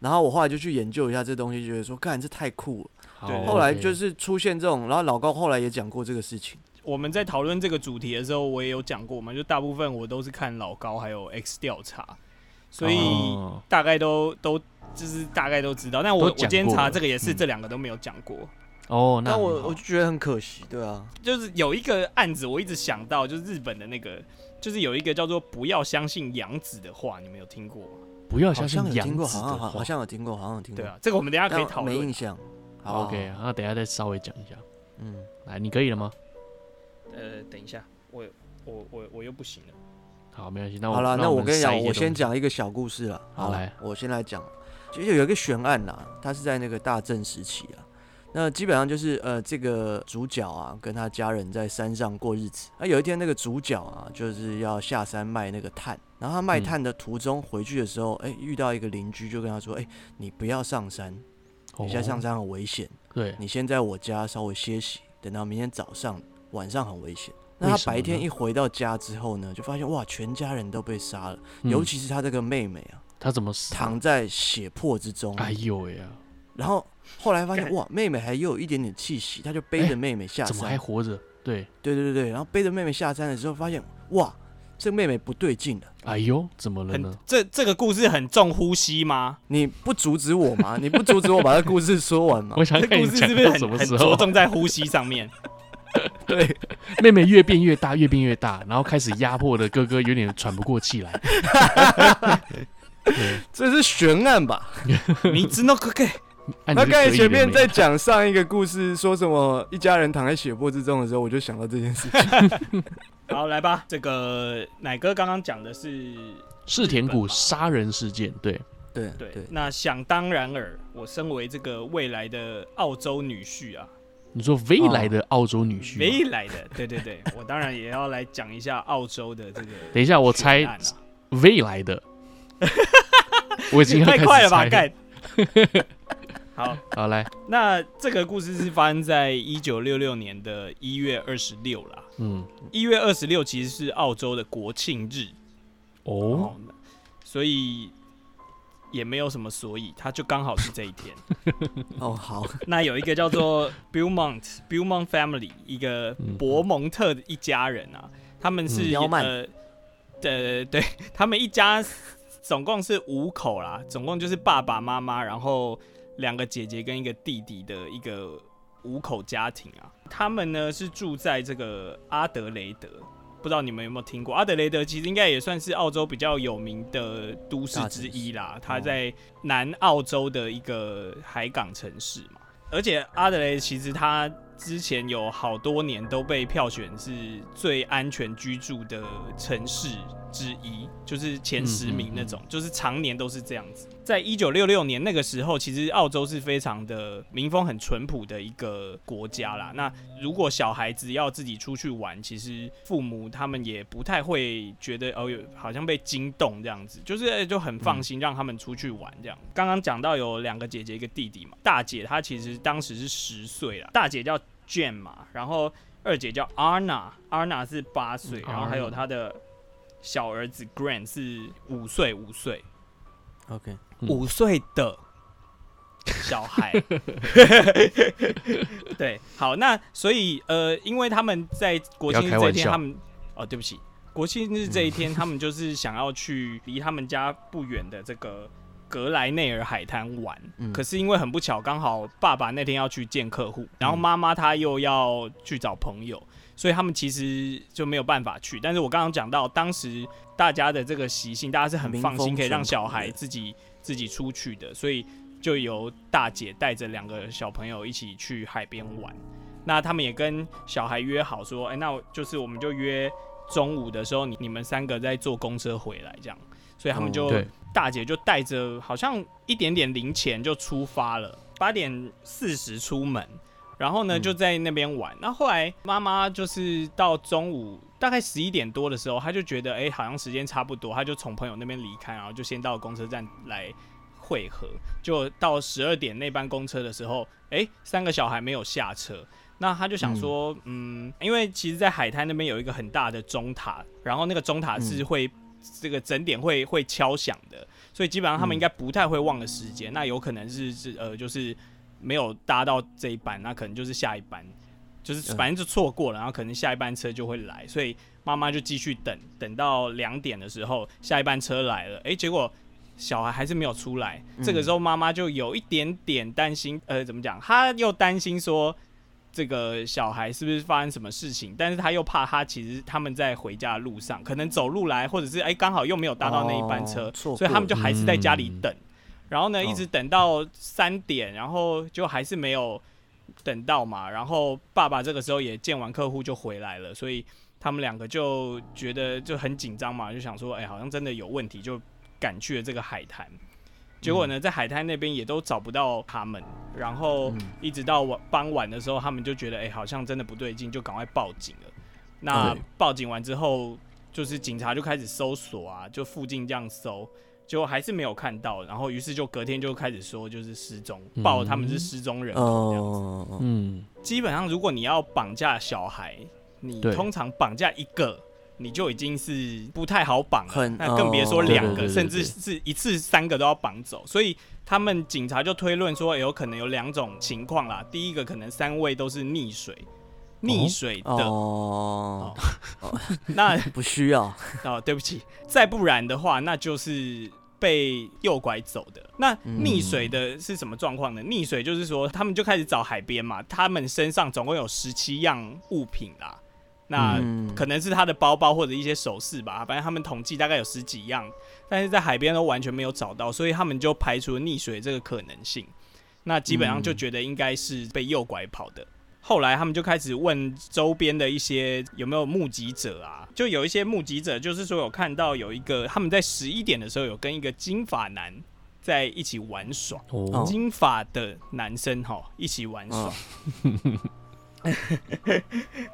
S2: 然后我后来就去研究一下这东西，觉得说，干这太酷了。
S1: 好
S3: 对
S2: 后来就
S1: OK
S2: 是出现这种，然后老高后来也讲过这个事情。
S3: 我们在讨论这个主题的时候，我也有讲过嘛，就大部分我都是看老高还有 X 调查，所以
S1: 哦
S3: 大概都都就是大概都知道。但
S1: 都
S3: 我我
S1: 讲过
S3: 今天查这个也是
S1: 嗯
S3: 这两个都没有讲过，
S1: 哦，那
S2: 但
S1: 很
S2: 我
S1: 好
S2: 我就觉得很可惜，对啊，
S3: 就是有一个案子我一直想到，就是日本的那个，就是有一个叫做“不要相信养子的话”，你们有听过吗？
S1: 不要
S2: 好
S1: 相
S2: 像
S1: 信
S2: 有
S1: 杨
S2: 听过，
S1: 子
S2: 好
S1: 的
S2: 像好
S1: 话
S2: 好。像有听过，好
S1: 嗯
S2: 像有听过，
S3: 对啊，这个我们等一下可以讨
S2: 但没
S3: 论
S2: 印。象。好
S1: OK，那等一下再稍微讲一下。
S2: 嗯，
S1: 来，你可以了吗？
S3: 呃，等一下，我我我我又不行了。
S1: 好，没关系。那我
S2: 好了，那
S1: 我
S2: 我
S1: 们
S2: 跟你
S1: 塞
S2: 讲，
S1: 一些
S2: 我先
S1: 东西。
S2: 讲一个小故事了。
S1: 好
S2: 好
S1: 来
S2: 我先来讲。就有一个悬案啦，它是在那个大正时期啊。那基本上就是呃，这个主角啊，跟他家人在山上过日子。那有一天，那个主角啊，就是要下山卖那个炭，然后他卖
S1: 嗯
S2: 炭的途中回去的时候，哎、遇到一个邻居就跟他说：“哎、你不要上山，你现在上
S1: 哦
S2: 山很危险，
S1: 对，
S2: 你先在我家稍微歇息，等到明天早上、晚上很危险。”那
S1: 为
S2: 他
S1: 什么
S2: 白天
S1: 呢
S2: 一回到家之后呢，就发现哇，全家人都被杀了，
S1: 嗯
S2: 尤其是他这个妹妹啊，
S1: 他怎么死？
S2: 躺在血泊之中。
S1: 哎呦喂呀，
S2: 然后后来发现
S3: 干
S2: 哇，妹妹还有一点点气息，他就背着
S1: 哎
S2: 妹妹下
S1: 怎么
S2: 山。
S1: 还活着？对，
S2: 对对对对，然后背着妹妹下山的时候，发现哇，这妹妹不对劲了。
S1: 哎呦，怎么了
S3: 很
S1: 呢？
S3: 这这个故事很重呼吸吗？
S1: (laughs)
S2: 你不阻止我吗？你不阻止我把这故事说完
S1: (laughs)
S2: 吗 (laughs)
S1: 我？想
S3: 这
S1: 看
S3: 故
S1: 你
S3: 事
S1: 讲
S3: 是不是
S1: 到什么
S3: 很很
S1: 时
S3: 着
S1: 候，
S3: 重在呼吸上面？
S2: 对，
S1: (laughs) 妹妹越变越大，越变越大，然后开始压迫的哥哥有点喘不过气来。对，
S2: 这是悬案吧？
S3: 你知道可可
S1: 那
S2: 那刚才前面
S1: 啊
S2: 在讲上一个故事，说什么一家人躺在血泊之中的时候，我就想到这件事情。
S3: 好，来吧，这个奶哥刚刚讲的是
S1: 世田
S3: 日本
S1: 谷
S3: 嘛
S1: 杀人事件，对，
S2: 对
S3: 对，
S2: 对，
S3: 那想当然尔，我身为这个未来的澳洲女婿啊，
S1: 你说未来的澳洲女婿吗，
S3: 未来的， (laughs) 对对对，我当然也要来讲一下澳洲的这个
S1: (laughs) 等一下我猜
S3: 悬案啊，
S1: 未来的，我已经要开
S3: 太
S1: 始
S3: 快了吧，
S1: 猜
S3: 盖。
S1: (laughs)
S3: 好，
S1: 好来，
S3: 那这个故事是发生在一九六六年的一月二十六啦。
S1: 嗯，
S3: 一月二十六其实是澳洲的国庆日，
S1: 哦
S3: 哦，，所以也没有什么所以，它就刚好是这
S1: (laughs)
S3: 一天。
S2: 哦好，
S3: 那有一个叫做 Beaumont Beaumont Family，一个
S1: 嗯
S3: 博蒙特的一家人啊，他们是
S2: 嗯妖曼
S3: 呃，对对， (laughs) 他们一家总共是五口啦，总共就是爸爸妈妈，然后两个姐姐跟一个弟弟的一个五口家庭啊。他们呢是住在这个阿德雷德。不知道你们有没有听过阿德雷德？其实应该也算是澳洲比较有名的都市
S2: 大城
S3: 之一啦。
S2: 市
S3: 它
S2: 哦
S3: 在南澳洲的一个海港城市嘛。而且阿德雷其实它之前有好多年都被票选是最安全居住的城市之一，就是前十名那种，就是常年都是这样子。在一九六六年那个时候，其实澳洲是非常的民风很淳朴的一个国家啦。那如果小孩子要自己出去玩，其实父母他们也不太会觉得哦，有好像被惊动这样子，就是呃就很放心让他们出去玩这样。刚刚讲到有两个姐姐一个弟弟嘛，大姐她其实当时是十岁啦，大姐叫 Jane 嘛，然后二姐叫 Arna，Arna 是八岁，
S1: 嗯
S3: 然后还有
S1: Arna
S3: 她的小儿子 Grant 是五岁，五岁，
S2: OK，
S1: 嗯
S3: 五岁的
S1: (laughs)
S3: 小孩。对，好，那所以呃，因为他们在国庆
S1: 不
S3: 日
S1: 要开
S3: 这一
S1: 玩
S3: 天，
S1: 笑嗯
S3: 他们哦，对不起，国庆日这一天，他们就是想要去离他们家不远的这个格莱内尔海滩玩。
S2: 嗯
S3: 可是因为很不巧，刚好爸爸那天要去见客户，然后
S2: 嗯
S3: 妈妈她又要去找朋友，所以他们其实就没有办法去。但是我刚刚讲到，当时大家的这个习性，大家是很
S2: 民
S3: 放
S2: 风
S3: 心可以让
S2: 淳朴
S3: 小孩
S2: 的
S3: 自己自己出去的，所以就由大姐带着两个小朋友一起去海边玩。那他们也跟小孩约好说，哎、那我就是我们就约中午的时候，你你们三个再坐公车回来这样。所以他们
S2: 哦
S3: 就、
S1: 对，
S3: 大姐就带着好像一点点零钱就出发了，八点四十出门，然后呢
S2: 嗯
S3: 就在那边玩。那后来妈妈就是到中午大概十一点多的时候，她就觉得哎、诶好像时间差不多，她就从朋友那边离开，然后就先到公车站来汇合。就到十二点那班公车的时候，哎、三个小孩没有下车。那她就想说，嗯因为其实，在海滩那边有一个很大的钟塔，然后那个钟塔是
S2: 嗯
S3: 会、这个整点会会敲响的，所以基本上他
S2: 嗯
S3: 们应该不太会忘了时间。那有可能是是呃，就是没有搭到这一班，那可能就是下一班，就是
S2: 嗯
S3: 反正就错过了，然后可能下一班车就会来，所以妈妈就继续等，等到两点的时候，下一班车来了，诶，结果小孩还是没有出来。
S2: 嗯
S3: 这个时候妈妈就有一点点担心，呃，怎么讲？她又担心说。这个小孩是不是发生什么事情？但是她又怕他其实他们在回家的路上，可能走路来，或者是诶，刚好又没有搭到那一班车，
S2: 哦错
S3: 所以他们就
S2: 过了
S3: 还是在家里
S1: 嗯
S3: 等。然后呢，
S2: 嗯
S3: 一直等到三点，然后就还是没有等到嘛。然后爸爸这个时候也见完客户就回来了，所以他们两个就
S2: 嗯
S3: 觉得就很紧张嘛，就想说，哎、好像真的有问题，就赶去了这个海滩。结果呢，在海滩那边也都找不到他们，然后
S2: 嗯
S3: 一直到晚傍晚的时候，他们就觉得哎、好像真的不对劲，就赶快报警了。那
S2: 对
S3: 报警完之后，就是警察就开始搜索啊，就附近这样搜，结果还是没有看到，然后于是就隔天就开始说就是失踪，
S1: 嗯
S3: 报他们是失踪人口这样子。
S2: 哦，
S1: 嗯，
S3: 基本上，如果你要绑架小孩，你
S1: 对
S3: 通常绑架一个，你就已经是不太好绑了，
S2: 很
S3: 那更别说
S2: 哦
S3: 两
S1: 对
S3: 个，
S1: 对对
S3: 甚
S1: 对
S3: 至是一次三个都要绑走。所以他们警察就推论说，有可能有两种情况啦。第一个可能三位都是溺水，溺水的。
S1: 哦
S2: 哦，
S3: 那
S2: 不需要，
S3: 哦，对不起，再不然的话，那就是被诱拐走的。那
S2: 嗯
S3: 溺水的是什么状况呢？溺水就是说，他们就开始找海边嘛，他们身上总共有十七样物品啦。那
S2: 嗯
S3: 可能是他的包包或者一些首饰吧，反正他们统计大概有十几样，但是在海边都完全没有找到，所以他们就排除了溺水这个可能性。那基本上就觉得应该是被诱拐跑的。后来他们就开始问周边的一些有没有目击者啊，就有一些目击者就是说有看到有一个他们在十一点的时候有跟一个金发男在一起玩耍，
S1: 哦，
S3: 金发的男生哈一起玩耍，
S2: 嗯
S1: 哦
S3: (laughs)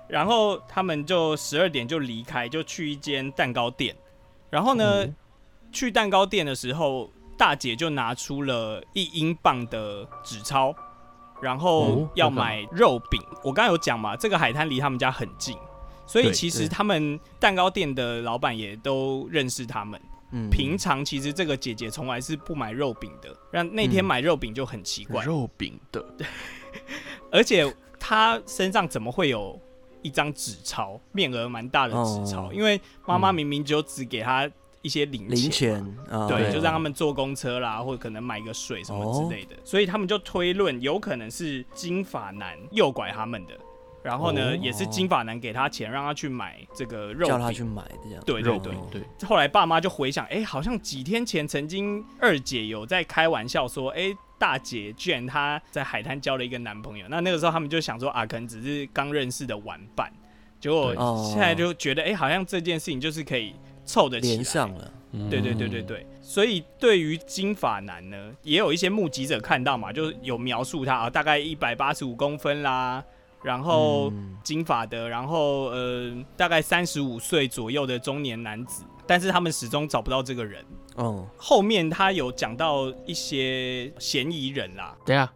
S3: 然后他们就十二点就离开，就去一间蛋糕店。然后呢，
S1: 嗯
S3: 去蛋糕店的时候，大姐就拿出了一英镑的纸钞，然后
S1: 哦要
S3: 要
S1: 干嘛
S3: 买肉饼。我刚才有讲嘛，这个海滩离他们家很近，所以
S1: 对
S3: 其实
S2: 对
S3: 他们蛋糕店的老板也都认识他们。
S2: 嗯
S3: 平常其实这个姐姐从来是不买肉饼的，让那天
S2: 嗯
S3: 买肉饼就很奇怪。
S1: 肉饼的，
S3: 而且他身上怎么会有一张纸钞，面额蛮大的纸钞？
S2: 哦
S3: 因为妈妈
S1: 嗯
S3: 明明就只给他一些零
S2: 零钱
S3: 嘛，
S2: 啊，
S3: 对，
S1: 对
S3: 就让他们坐公车啦，或者可能买个水什么之类
S2: 哦
S3: 的，所以他们就推论有可能是金发男诱拐他们的，然后呢，
S1: 哦
S3: 也是金发男给他钱让他去买这个肉
S2: 叫
S3: 饼，
S2: 他去买这样，哦
S3: 对对
S1: 肉
S3: 对
S1: 饼，对，
S3: 后来爸妈就回想，哎、好像几天前曾经二姐有在开玩笑说，哎、大姐居然她在海滩交了一个男朋友。那那个时候他们就想说啊，可能只是刚认识的玩伴。结果
S1: 对
S2: 哦
S3: 现在就觉得，哎、好像这件事情就是可以凑得起
S2: 连
S3: 来。
S2: 上了，
S1: 嗯
S3: 对对对对，对，所以对于金发男呢，也有一些目击者看到嘛，就是有描述他啊，大概一百八十五公分啦，然后
S2: 嗯
S3: 金发的，然后呃，大概三十五岁左右的中年男子，但是他们始终找不到这个人。
S2: 哦，
S3: 后面他有讲到一些嫌疑人啦，
S1: 等一下，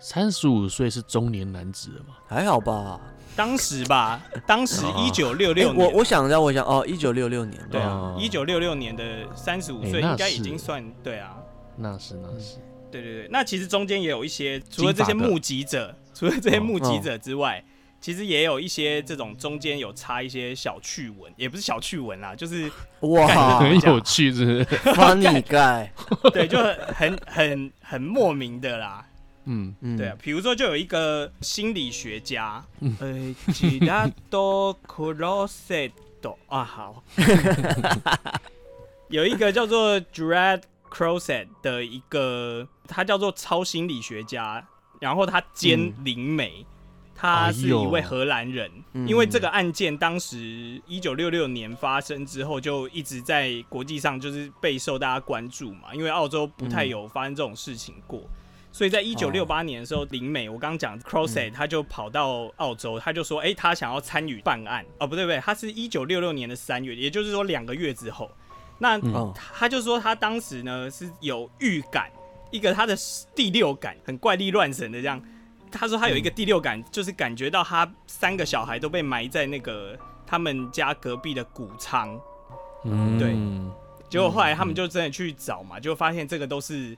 S1: 三十五岁是中年男子了嘛？
S2: 还好吧。
S3: 当时吧，当时
S1: (laughs) 哦
S3: 一九六
S2: 哎
S3: 六年，
S2: 我我想让我想哦，一九六六年，
S3: 对啊
S1: 哦，
S3: 一九六六年的三十五
S1: 哎
S3: 岁
S1: 那
S3: 应该已
S1: 是
S3: 经算对啊，
S1: 那是那是，
S3: 对对对，那其实中间也有一些，除了这些
S1: 金发的
S3: 目击者，除了这些
S1: 哦
S3: 目击者之外，其实也有一些这种中间有插一些小趣闻，也不是小趣闻啦，就是
S2: 哦哇
S1: 很有趣，是不是？
S2: ，funny guy，
S3: (laughs) 对，就很很很莫名的啦。
S1: 嗯，
S2: 嗯，
S3: 对啊，，比如说就有一个心理学家，
S1: 嗯
S3: 呃，吉拉多库罗塞多啊，好，有一个叫做 Gerard Crozet 的一个，他叫做超心理学家，然后他兼灵媒。他是一位荷兰人，
S2: 哎呦
S3: 因为这个案件当时一九六六年发生之后，就一直在国际上就是备受大家关注嘛，因为澳洲不太
S2: 嗯
S3: 有发生这种事情过，所以在一九六八年的时候，林美，我刚刚讲 Crosset，他就跑到澳洲，他就说，哎、他想要参与办案。哦，不对不对，他是一九六六年的三月，也就是说两个月之后。那
S1: 嗯
S2: 哦，
S3: 他就说他当时呢是有预感，一个他的第六感很怪力乱神的这样。他说他有一个第六感，就是感觉到他三个小孩都被埋在那个他们家隔壁的谷仓。
S1: 嗯
S3: 对
S1: 嗯
S3: 结果后来他们就真的去找
S2: 嗯
S3: 嘛，就发现这个都是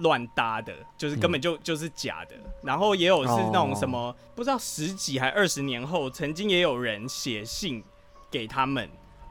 S3: 乱搭的，就是根本就、
S2: 嗯
S3: 就是假的。然后也有是那种什
S2: 哦
S3: 么、不知道十几还二十年后，曾经也有人写信给他们，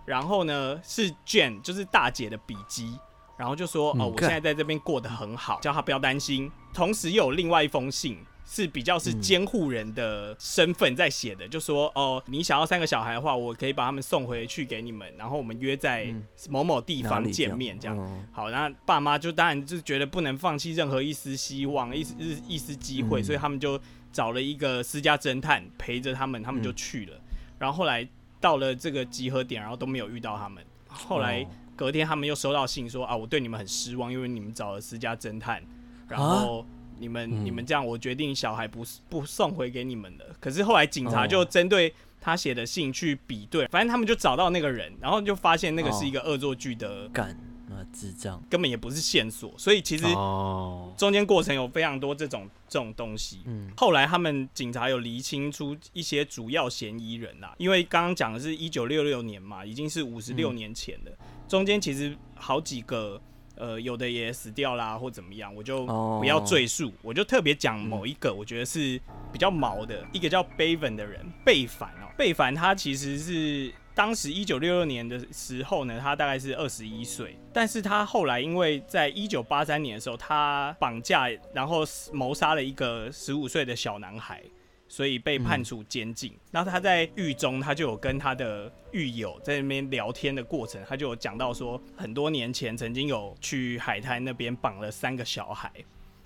S3: 然后呢是卷，就是大姐的笔记。然后就说
S1: 嗯
S3: 哦，我现
S2: 干
S3: 在在这边过得很好，叫她不要担心。同时又有另外一封信是比较是
S2: 嗯
S3: 监护人的身份在写的，就说哦，你想要三个小孩的话，我可以把他们送回去给你们，然后我们约在
S2: 嗯
S3: 某某地
S2: 哪
S3: 方
S2: 里
S3: 见面这样。
S2: 哦
S3: 好，那爸妈就当然就觉得不能放弃任何一丝希望、一丝一丝机会，
S2: 嗯
S3: 所以他们就找了一个私家侦探陪着他们，他们就去了。然后后来到了这个集合点，然后都没有遇到他们。后来
S2: 哦
S3: 隔天他们又收到信说啊，我对你们很失望，因为你们找了私家侦探，然
S2: 啊
S3: 后你们、
S1: 嗯
S3: 你们这样，我决定小孩不不送回给你们了。可是后来警察
S2: 哦
S3: 就针对他写的信去比对，反正他们就找到那个人，然后就发现那
S2: 哦
S3: 个是一个恶作剧的，
S2: 干啊，智障！
S3: 根本也不是线索，所以其实
S1: 哦，
S3: 中间过程有非常多这种这种东西。
S2: 嗯，
S3: 后来他们警察有厘清出一些主要嫌疑人啦，因为刚刚讲的是一九六六年嘛，已经是五十六年前了，中间其实好几个。呃，有的也死掉啦，或怎么样，我就不要赘述，我就特别讲某一个，我觉得是比较毛的，一个叫贝凡的人，贝凡哦，贝凡他其实是当时一九六六年的时候呢，他大概是二十一岁，但是他后来因为在一九八三年的时候，他绑架然后谋杀了一个十五岁的小男孩，所以被
S2: 嗯
S3: 判处监禁。然后他在狱中，他就有跟他的狱友在那边聊天的过程，他就有讲到说，很多年前曾经有去海滩那边绑了三个小孩，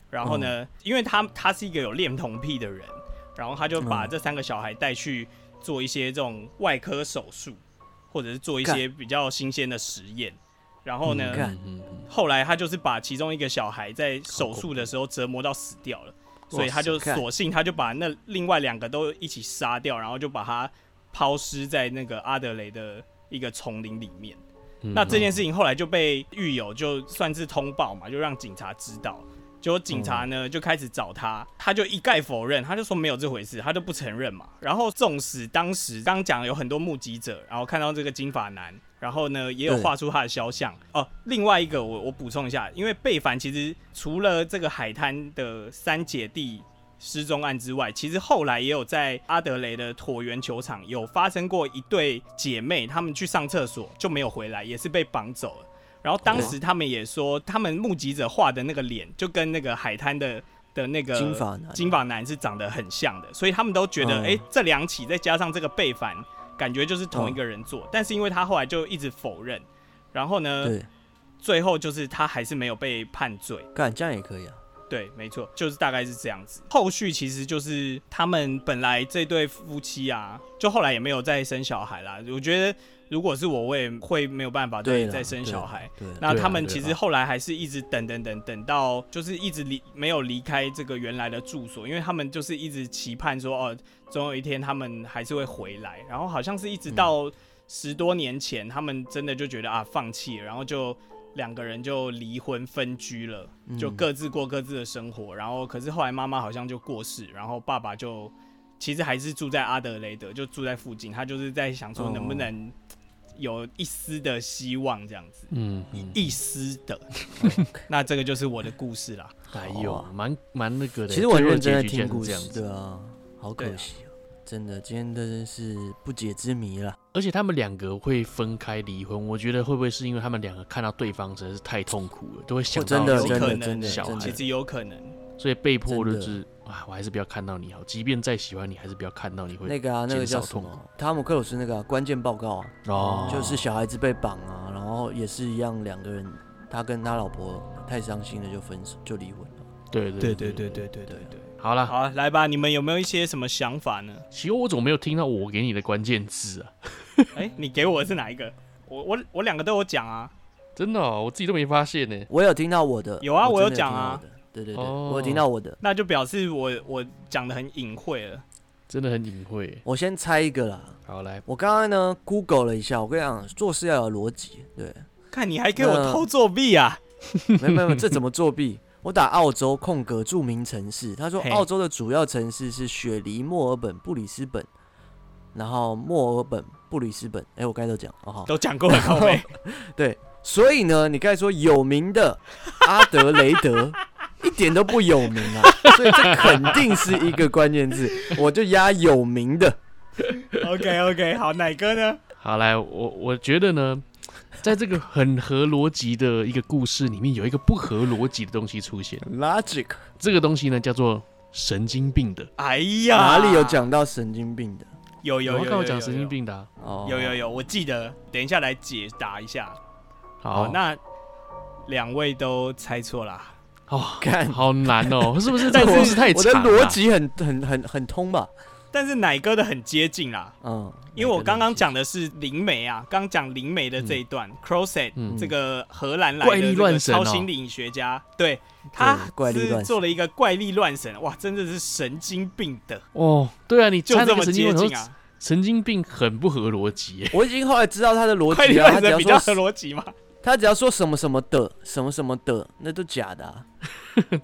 S3: 然后
S2: 哦
S3: 呢，因为他他是一个有恋童癖的人，然后他就把
S2: 嗯
S3: 这三个小孩带去做一些这种外科手术，或者是做一些比较新鲜的实验。然后呢，
S2: 嗯干
S3: 后来他就是把其中一个小孩在手术的时候折磨到死掉了，所以他就
S2: 哇塞
S3: 索性他就把那另外两个都一起杀掉，然后就把他抛尸在那个阿德雷的一个丛林里面。
S1: 嗯
S3: 那这件事情后来就被狱友就算是通报嘛，就让警察知道。结果警察呢就开始找他，他就一概否认，他就说没有这回事，他就不承认嘛。然后纵使当时刚讲有很多目击者，然后看到这个金发男，然后呢也有
S2: 对
S3: 画出他的肖像。哦，另外一个我我补充一下，因为贝凡其实除了这个海滩的三姐弟失踪案之外，其实后来也有在阿德雷的椭圆球场有发生过一对姐妹，她们去上厕所就没有回来，也是被绑走了。然后当
S2: 哦
S3: 时她们也说，她们目击者画的那个脸就跟那个海滩的的那个
S2: 金发男
S3: 金发男是长得很像的，所以他们都觉得，
S2: 嗯
S3: 哎、这两起再加上这个贝凡，感觉就是
S2: 嗯
S3: 同一个人做。但是因为他后来就一直否认，然后呢，
S2: 对，
S3: 最后就是他还是没有被判罪。
S2: 干这样也可以啊。
S3: 对，没错，就是大概是这样子。后续其实就是他们本来这对夫妻啊，就后来也没有再生小孩啦。我觉得如果是我，我也会没有办法
S2: 对
S3: 再
S2: 啦
S3: 再啊生小孩。
S2: 对，
S3: 那
S1: 对啊
S3: 他们
S1: 对
S3: 其
S1: 啊
S3: 实后来还是一直等等等等到，就是一直离没有离开这个原来的住所，因为他们就是一直期盼说，哦，总有一天他们还是会回来。然后好像是一
S2: 嗯
S3: 直到十多年前，他们真的就觉得啊，放弃了，然后就两个人就离婚分居了，就
S2: 嗯
S3: 各自过各自的生活。然后可是后来妈妈好像就过世，然后爸爸就其实还是住在阿德雷德，就住在附近，他就是在想说能不
S2: 哦
S3: 能有一丝的希望这样子。
S1: 嗯，
S3: 一丝
S2: (laughs)
S3: 的。那这个就是我的故事啦。
S1: 哎
S2: 好
S1: 呦
S2: 啊，
S1: 蛮蛮那个的。
S2: 其实我很
S1: 最后
S2: 认真在
S1: 结局竟然
S2: 听
S1: 是
S2: 故
S1: 这样
S2: 事，
S1: 子，
S2: 对啊，好可
S3: 对啊
S2: 惜啊，真的，今天真的是不解之谜了。
S1: 而且他们两个会分开离婚，我觉得会不会是因为他们两个看到对方实在是太痛苦了，都会想
S2: 我
S1: 到
S2: 真的，
S1: 自己
S2: 真
S3: 有可
S2: 的，
S3: 能
S2: 真的，
S1: 小
S2: 真
S1: 孩
S3: 其
S2: 的，
S3: 实有可能，
S1: 所以被迫就
S2: 真的
S1: 是啊，我还是不要看到你好，即便再喜欢你，还是不要看到你会
S2: 那个啊，那
S1: 减
S2: 个
S1: 少
S2: 叫什
S1: 痛
S2: 么？汤姆克鲁斯那个啊、关键报告啊，
S1: 哦，
S2: 就是小孩子被绑啊，然后也是一样，两个人，他跟他老婆太伤心了，就分手，就离婚了。
S1: 对对
S3: 对对对对对对对。
S1: 好啦，
S3: 好啊，来吧，你们有没有一些什么想法呢？
S1: 奇欧，我怎么没有听到我给你的关键字啊？
S3: 哎，你给我的是哪一个？我我我两个都有讲啊。
S1: 真的、哦，我自己都没发现呢。
S2: 我有听到我的，
S3: 有啊
S2: 我
S3: 我有
S2: 真的
S3: 讲
S2: 听到
S3: 啊
S2: 我的，对对对，
S1: 哦
S2: 我有听到我的。
S3: 那就表示我我讲的很隐晦了。
S1: 真的很隐晦。
S2: 我先猜一个啦，
S1: 好，来，
S2: 我刚刚呢 Google 了一下，我跟你讲，做事要有逻辑，对，
S3: 看你还给我偷作弊啊！
S2: 没有没有，没有这
S3: (laughs)
S2: 怎么作弊？我打澳洲空格著名城市，他说
S3: 嘿
S2: 澳洲的主要城市是雪梨、墨尔本、布里斯本，然后墨尔本、布里斯本，哎、我刚才都讲，哦好，
S3: 都讲过了，各位。
S1: (laughs)
S2: 所以呢，你刚才说有名的阿德雷德。一点都不有名啊，所以这肯定是一个关键字，我就押有名的。
S3: OK OK，好，奶哥呢？
S1: 好来，我我觉得呢，在这个很合逻辑的一个故事里面，有一个不合逻辑的东西出现。
S2: Logic
S1: 这个东西呢，叫做神经病的。
S3: 哎 (laughs) 呀，
S2: 哪里有？讲到神经病的？
S3: 有有有
S1: 我看我
S3: 有
S1: 讲
S3: 有
S1: 神经，病的、啊。
S2: 哦，
S3: 有有有，我记得。等一下来解答一下。
S1: 好
S3: 好，，那两位都猜错啦。
S1: 哦，
S2: 看
S1: 好难哦，是不是？
S2: 但
S1: 这
S2: 是
S1: 个故事太
S2: 我的
S1: 长了啊
S2: 逻辑很很很很通吧？
S3: 但是奶哥的很接近啦，
S2: 嗯，
S3: 因为我刚刚讲的是灵媒啊，刚讲灵媒的这一段 c r o s e t
S1: 嗯
S3: 这个荷兰来
S1: 怪
S3: 的
S1: 力
S3: 这
S1: 乱
S3: 个
S1: 神哦
S3: 超心理学家，对他
S2: 怪力乱
S3: 是
S2: 神
S3: 做了一个怪力乱神，哇，真的是神经病的，
S1: 哦，对啊，你
S3: 就
S1: 猜
S3: 这
S1: 那
S3: 么
S1: 个神经
S3: 接
S1: 病，
S3: 近啊！
S1: 神经病很不合逻辑
S2: (laughs)
S1: 耶。
S2: 我已经后来知道他的逻
S3: 怪力
S2: 辑了，
S3: 乱
S2: 他只
S3: 神
S2: 要
S3: 比较合
S2: 说
S3: 逻辑嘛？
S2: 他只要说什么什么的，什么什么的，那都假的、啊。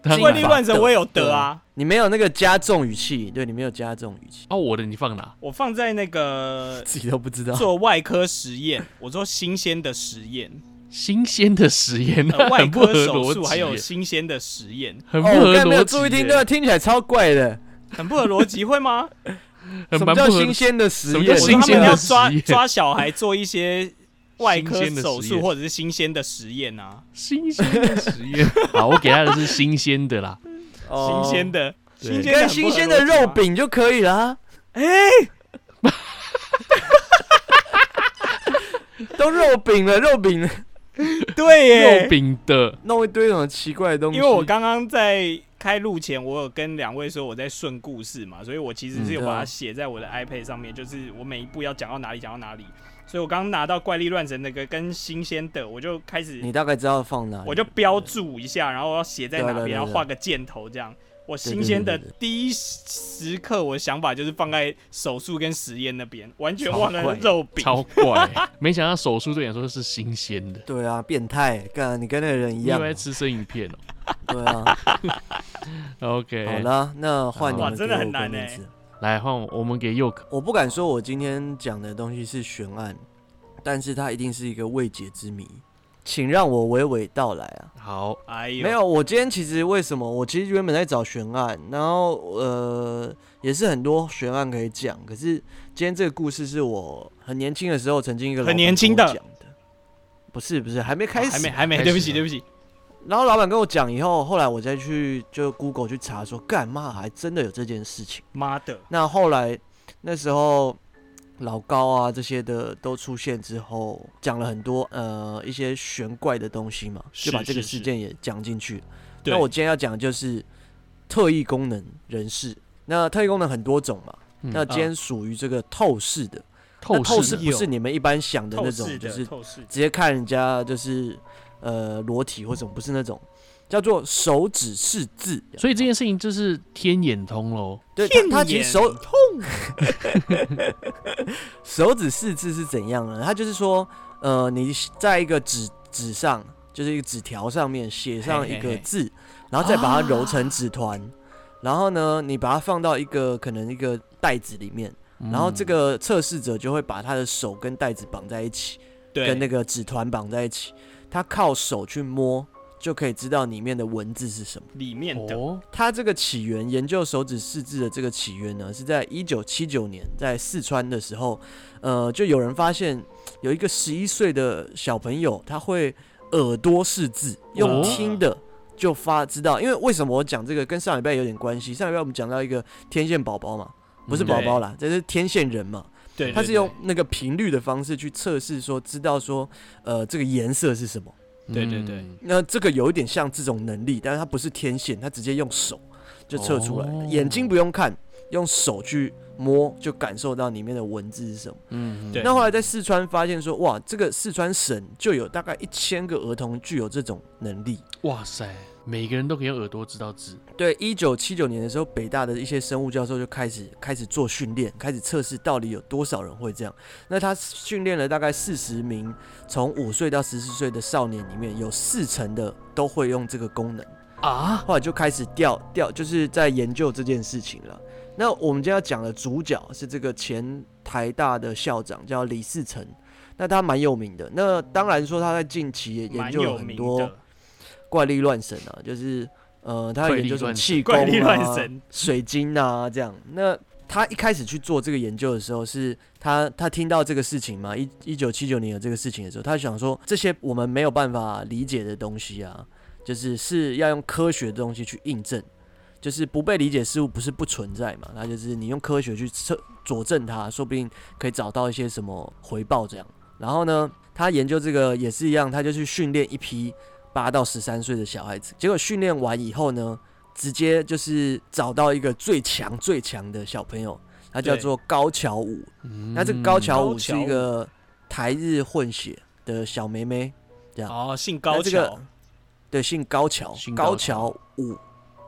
S1: 当然 (laughs)
S3: 怪力乱神我也有
S2: 对
S3: 得啊，
S2: 你没有那个加重语气，对你没有加重语气，
S1: 哦，我的你放哪？
S3: 我放在那个
S2: 自己都不知
S1: 啊
S2: 道。
S3: 做外科实验，我做新鲜的实验，
S1: (laughs) 新鲜的实验，
S3: 呃、
S1: 那
S3: 外
S1: 很不合
S3: 科手
S1: 逻辑
S3: 术
S1: 耶，
S3: 还有新鲜的实
S1: (laughs)
S3: 验，
S1: 很
S2: 哦，
S1: 不合
S2: 我刚才没有
S1: 逻辑
S2: 注意听，
S1: 耶
S2: 对啊，听起来超怪的。
S3: 很不合逻辑，会吗？
S1: 很
S2: 什
S1: 蛮不
S2: 么叫
S1: 合
S2: 新鲜的实
S1: 什么
S2: 验？
S1: 叫
S3: 我说
S1: 新
S3: 他
S1: 鲜
S3: 们
S1: 的
S3: 要
S1: 实
S3: 抓
S1: 验
S3: 抓小孩做一些外科
S1: 新鲜的实
S3: 手术
S1: 验
S3: 或者是新鲜的实验啊，
S1: 新鲜的实验。
S2: (laughs)
S1: 好，我给他的是新鲜的啦，
S2: 哦
S3: 新鲜的，
S1: 对
S3: 新
S2: 你
S3: 鲜的
S2: 跟
S3: 很
S2: 新
S3: 不合
S2: 鲜
S3: 逻
S2: 的
S3: 辑啊
S2: 肉，饼就可以了啊、
S3: 哎、
S2: (laughs) 都肉饼了，肉饼了，
S3: 对耶，
S1: 肉饼的
S2: 弄一堆什么奇怪的东西。
S3: 因为我刚刚在开录前，我有跟两位说我在顺故事嘛，所以我其实是有
S2: 嗯
S3: 把它写在我的 iPad 上面，就是我每一步要讲到哪里，讲到哪里。所以我刚刚拿到怪力乱神那个跟新鲜的，我就开始
S2: 你大概知道放哪里，
S3: 我就标注一下，然后我要写在哪
S2: 对对对
S3: 边，
S2: 对
S3: 然后画个箭头这样。我新鲜的
S2: 对对对对
S3: 第一时刻，我的想法就是放在手术跟实验那边，完全忘
S2: 超
S3: 了
S2: 怪
S3: 肉饼。
S1: 超
S2: (laughs)
S1: 怪，没想到手术对你来说是新鲜的。
S2: 对啊，变态，干你跟那个人一
S1: 你
S2: 样
S1: 有
S2: 啊，
S1: 在吃生鱼片
S2: 对啊。
S1: 哦？OK，
S2: 好啦，那换你
S1: 哇
S2: 们给
S3: 真的很
S2: 我
S3: 难
S2: 关键
S3: 欸
S2: 字。
S1: 来换我我们给佑可。
S2: 我不敢说我今天讲的东西是悬案，但是它一定是一个未解之谜，请让我娓娓道来啊。
S1: 好，
S3: 哎呦，
S2: 没有，我今天其实为什么？我其实原本在找悬案，然后呃，也是很多悬案可以讲。可是今天这个故事是我很年轻的时候曾经一个老
S3: 很
S2: 板
S3: 年轻
S2: 跟我
S3: 的哦
S2: 讲的，不是不是，还没开始，
S3: 还没还没，
S1: 开始
S3: 对不起
S1: 了
S3: 对不起，
S2: 然后老板跟我讲以后，后来我再去就 Google 去查说，干嘛还真的有这件事情。
S3: 妈的，
S2: 那后来那时候老高啊这些的都出现之后，讲了很多呃一些玄怪的东西嘛，
S3: 是
S2: 就把这个
S3: 是
S2: 事
S3: 是
S2: 件也讲进去。
S3: 对
S2: 那我今天要讲的就是特异功能人士。那特异功能很多种嘛，
S1: 嗯
S2: 那今天属于这个透视的。那
S1: 透
S2: 透
S1: 视
S2: 视
S1: 的
S2: 不是你们一般想的
S3: 透
S2: 那种
S3: 视，
S2: 就
S3: 的
S2: 是
S3: 透视的，
S2: 直接看人家就是呃裸体或什么，不是那种叫做手指识字。
S1: 所以这件事情就是天眼通喽。
S2: 对
S3: 骗
S2: 他他其
S3: 眼
S2: 实手手指识字是怎样呢？他就是说，呃，你在一个纸纸上，就是一个纸条上面写上一
S3: 嘿嘿
S2: 个
S3: 嘿
S2: 字，然后再把它揉成纸团，然后呢，你把它放到一个可能一个袋子里面，
S1: 嗯
S2: 然后这个测试者就会把他的手跟袋子绑在一起。
S3: 对
S2: 跟那个纸团绑在一起，他靠手去摸就可以知道里面的文字是什么。
S3: 里面的
S1: 哦，
S2: 他这个起源，研究手指识字的这个起源呢，是在一九七九年在四川的时候，呃，就有人发现有一个十一岁的小朋友，他会耳朵识字，用
S1: 哦
S2: 听的。就发知道，因为为什么我讲这个跟上礼拜有点关系？上礼拜我们讲到一个天线宝宝嘛，不是
S1: 嗯
S2: 宝宝啦，这是天线人嘛。
S3: 对，
S2: 它
S3: 对
S2: 是用那个频率的方式去测试，说知道说，呃，这个颜色是什么。
S3: 对对对
S1: 嗯
S2: 那这个有一点像这种能力，但是它不是天线，它直接用手就测出来了，
S1: 哦
S2: 眼睛不用看，用手去摸就感受到里面的文字是什么。
S1: 嗯，
S3: 对
S2: 那后来在四川发现说，哇，这个四川省就有大概一千个儿童具有这种能力。
S1: 哇塞，每个人都可以用耳朵知道字，
S2: 对，一九七九年的时候，北大的一些生物教授就开始开始做训练，开始测试到底有多少人会这样。那他训练了大概四十名从五岁到十四岁的少年里面，有四成的都会用这个功能。
S1: 啊，
S2: 后来就开始调调，就是在研究这件事情了。那我们今天要讲的主角是这个前台大的校长，叫李世成。那他蛮有名的。那当然说他在近期也研
S3: 蛮
S2: 究
S3: 有
S2: 了很
S3: 名
S2: 多
S3: 的，
S2: 怪力乱神啊，就是呃，他有研究什么气功
S3: 怪力乱
S2: 啊、
S3: 神，
S2: 水晶啊这样。那他一开始去做这个研究的时候，是他他听到这个事情嘛，一一九七九年有这个事情的时候，他想说这些我们没有办法理解的东西啊，就是是要用科学的东西去印证，就是不被理解事物不是不存在嘛，那就是你用科学去测佐证它，说不定可以找到一些什么回报这样。然后呢，他研究这个也是一样，他就去训练一批八到十三岁的小孩子，结果训练完以后呢，直接就是找到一个最强最强的小朋友，他叫
S3: 对
S2: 做高桥舞。
S1: 嗯
S2: 那这个高桥
S3: 高
S2: 舞是
S3: 桥
S2: 一
S3: 舞
S2: 个台日混血的小妹妹，
S3: 哦，姓高
S2: 那这个
S3: 桥，
S2: 对，姓高桥
S1: 姓，高
S2: 高桥舞，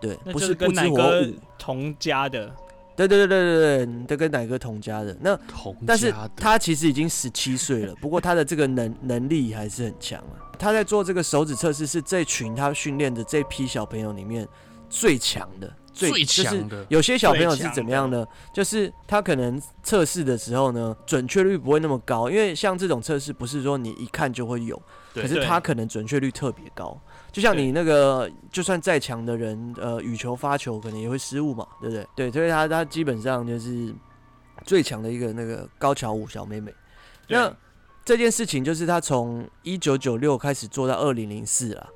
S2: 对，
S3: 那
S2: 不
S3: 就是
S2: 不
S3: 跟
S2: 知
S3: 奶
S2: 火
S3: 哥
S2: 舞，
S3: 同家的，
S2: 对对对对对对，这跟奶哥同家的。那
S1: 同
S2: 但是
S1: 家的
S2: 他其实已经十七岁了，不过他的这个能能力还是很强啊。他在做这个手指测试，是这群他训练的这批小朋友里面最强的，
S1: 最
S2: 就是
S1: 强的，
S2: 有些小朋友是怎么样呢？就是他可能测试的时候呢，准确率不会那么高，因为像这种测试不是说你一看就会有，
S1: 对
S2: 可是他可能准确率特别高。就像你那个，就算再强的人，呃，羽球发球可能也会失误嘛，对不对？对，所以他他基本上就是最强的一个那个高桥舞小妹妹。
S3: 对
S2: 那这件事情就是他从一九九六开始做到二零零四啦，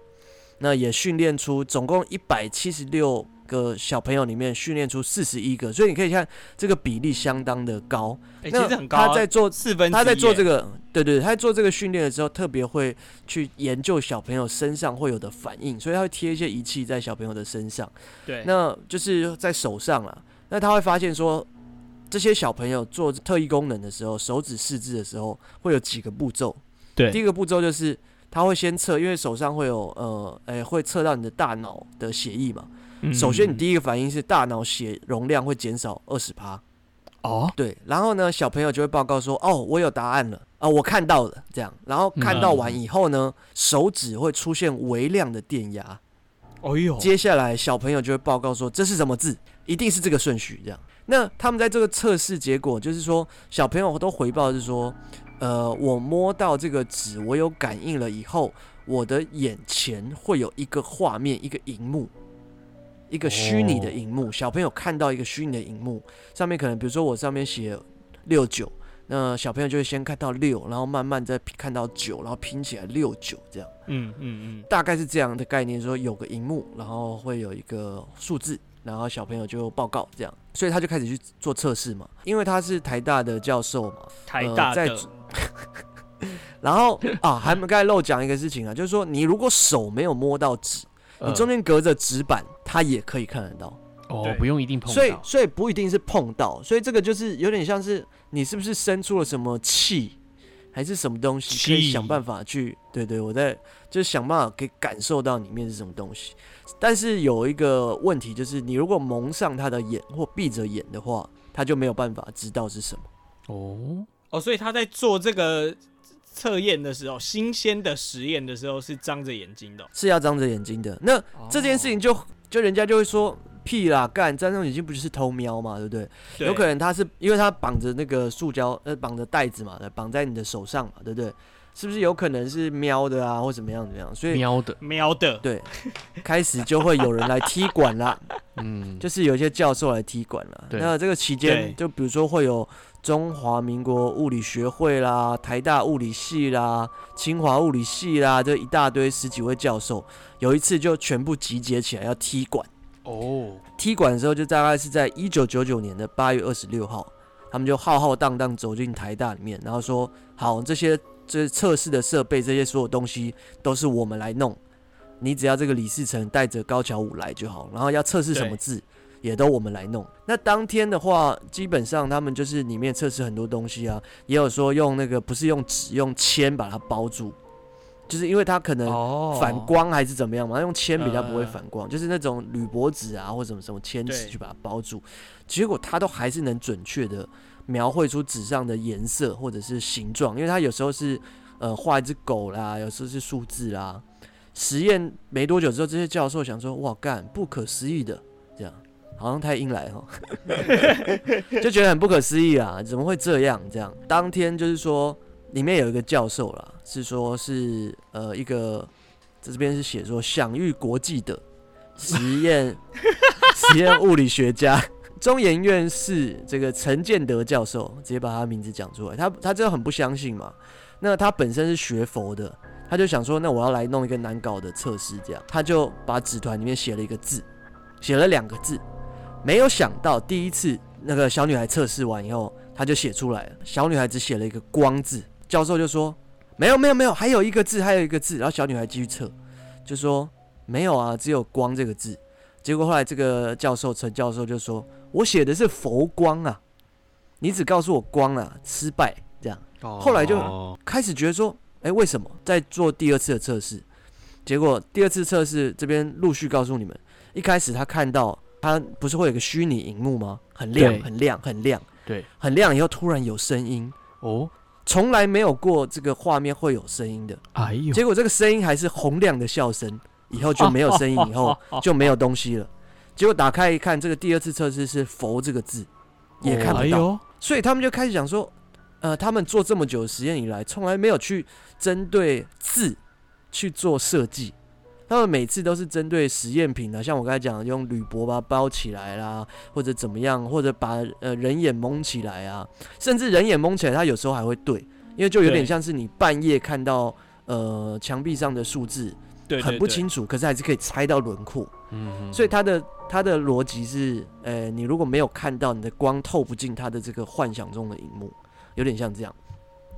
S2: 那也训练出总共一百七十六个小朋友里面训练出四十一个，所以你可以看这个比例相当的高。
S3: 哎，其
S2: 那
S3: 实很高啊，
S2: 他在做
S3: 四分之一
S2: 他
S3: 耶，
S2: 在做这
S3: 个
S2: 个，对对，他在做这个训练的时候，特别会去研究小朋友身上会有的反应，所以他会贴一些仪器在小朋友的身上，
S3: 对，
S2: 那就是在手上啦。那他会发现说，这些小朋友做特异功能的时候，手指试制的时候会有几个步骤。
S3: 对
S2: 第一个步骤就是他会先测，因为手上会有呃，哎、会测到你的大脑的血液嘛。
S3: 嗯
S2: 首先，你
S3: 一
S2: 第一个反应是大脑血容量会减少二十趴。
S1: 哦，
S2: 对，然后呢，小朋友就会报告说，哦，我有答案了啊、我看到了，这样，然后看到完以后呢，手指会出现微量的电压，
S3: 哦呦，
S2: 接下来小朋友就会报告说这是什么字，一定是这个顺序，这样。那他们在这个测试结果就是说，小朋友都回报是说，呃，我摸到这个纸，我有感应了以后，我的眼前会有一个画面，一个荧幕，一个虚拟的荧幕。小朋友看到一个虚拟的荧幕，上面可能比如说我上面写六九，那小朋友就会先看到六，然后慢慢再看到九，然后拼起来六九这样，
S3: 嗯嗯嗯，
S2: 大概是这样的概念，说有个荧幕，然后会有一个数字，然后小朋友就报告这样，所以他就开始去做测试嘛，因为他是台大的教授嘛，
S3: 台大
S2: 呃在
S3: 的，
S2: 然后啊，还没刚才漏讲一个事情啊，就是说你如果手没有摸到纸，
S1: 嗯
S2: 你中间隔着纸板，它也可以看得到，
S1: 呃哦
S3: 对
S1: 不用一定碰
S2: 所以
S1: 到，
S2: 所以不一定是碰到，所以这个就是有点像是你是不是生出了什么气，还是什么东西，可以
S1: 气
S2: 想办法去，对对，我在就是想办法可以感受到里面是什么东西。但是有一个问题就是，你如果蒙上他的眼或闭着眼的话，他就没有办法知道是什么。
S1: 哦，
S3: 哦，所以他在做这个测验的时候，新鲜的实验的时候是张着眼睛的哦，
S2: 是要张着眼睛的。那这件
S1: 哦
S2: 事情就就人家就会说屁啦，干张着眼睛不就是偷瞄嘛，对不对？
S3: 对
S2: 有可能他是因为他绑着那个塑胶呃绑着袋子嘛，绑在你的手上嘛，对不对？是不是有可能是瞄的啊，或怎么样怎么样？所以
S1: 瞄的，
S3: 瞄的，
S2: 对，开始就会有人来踢馆啦，
S1: 嗯，
S2: 就是有一些教授来踢馆啦。
S1: 对
S2: 那这个期
S3: 对
S2: 间，就比如说会有中华民国物理学会啦、台大物理系啦、清华物理系啦，这一大堆十几位教授，有一次就全部集结起来要踢馆。
S1: 哦，
S2: 踢馆的时候，就大概是在一九九九年的八月二十六号，他们就浩浩荡荡走进台大里面，然后说：“好，这些这测试的设备，这些所有东西都是我们来弄，你只要这个李世成带着高桥武来就好，然后要测试什么
S3: 对
S2: 字。”也都我们来弄。那当天的话，基本上他们就是里面测试很多东西啊，也有说用那个不是用纸，用铅把它包住，就是因为它可能
S3: 哦
S2: 呃反，光还是怎么样嘛？用铅比较不会
S3: 呃
S2: 反光，就是那种铝箔纸啊，或什么什么铅纸
S3: 对
S2: 去把它包住，结果它都还是能准确的描绘出纸上的颜色或者是形状，因为它有时候是呃画一只狗啦，有时候是数字啦。实验没多久之后，这些教授想说：“哇，干，不可思议的，这样好像太硬来哈， (laughs) 就觉得很不可思议啊，怎么会这样？这样当天就是说，里面有一个教授啦，是说是呃一个这边是写说享誉国际的实验 (laughs) 实验物理学家。中研院是这个陈建德教授，直接把他名字讲出来。他他真的很不相信嘛。那他本身是学佛的，他就想说，那我要来弄一个难搞的测试，这样他就把纸团里面写了一个字，写了两个字。没有想到第一次那个小女孩测试完以后，他就写出来了。小女孩只写了一个“光”字，教授就说：“没有，没有，没有，还有一个字，还有一个字。”然后小女孩继续测，就说：“没有啊，只有光这个字。”结果后来这个教授陈教授就说：“我写的是佛光啊，你只告诉我光啊，失败这样。”后来就
S1: 哦
S2: 开始觉得说，哎、为什么在做第二次的测试？结果第二次测试这边陆续告诉你们，一开始他看到他不是会有个虚拟荧幕吗？很亮，
S1: 对
S2: 很亮，很亮，
S1: 对，
S2: 很亮。以后突然有声音，
S1: 哦，
S2: 从来没有过这个画面会有声音的。
S1: 哎呦，
S2: 结果这个声音还是洪亮的笑声，以后就没有声音，以
S1: 哦
S2: 后就没有东西了。结果打开一看，这个第二次测试是“佛”这个字，也看
S1: 哎
S2: 不到。
S1: 呦，
S2: 所以他们就开始讲说，呃，他们做这么久的实验以来，从来没有去针对字去做设计，他们每次都是针对实验品的，啊像我刚才讲的，用铝箔把它包起来啦，或者怎么样，或者把呃人眼蒙起来啊，甚至人眼蒙起来，它有时候还会对，因为就有点
S3: 对
S2: 像是你半夜看到呃墙壁上的数字
S3: 对，对
S2: 很不
S3: 对
S2: 清楚，可是还是可以猜到轮廓。
S1: 嗯
S2: 所以它的它的逻辑是，呃，你如果没有看到，你的光透不进它的这个幻想中的荧幕，有点像这样。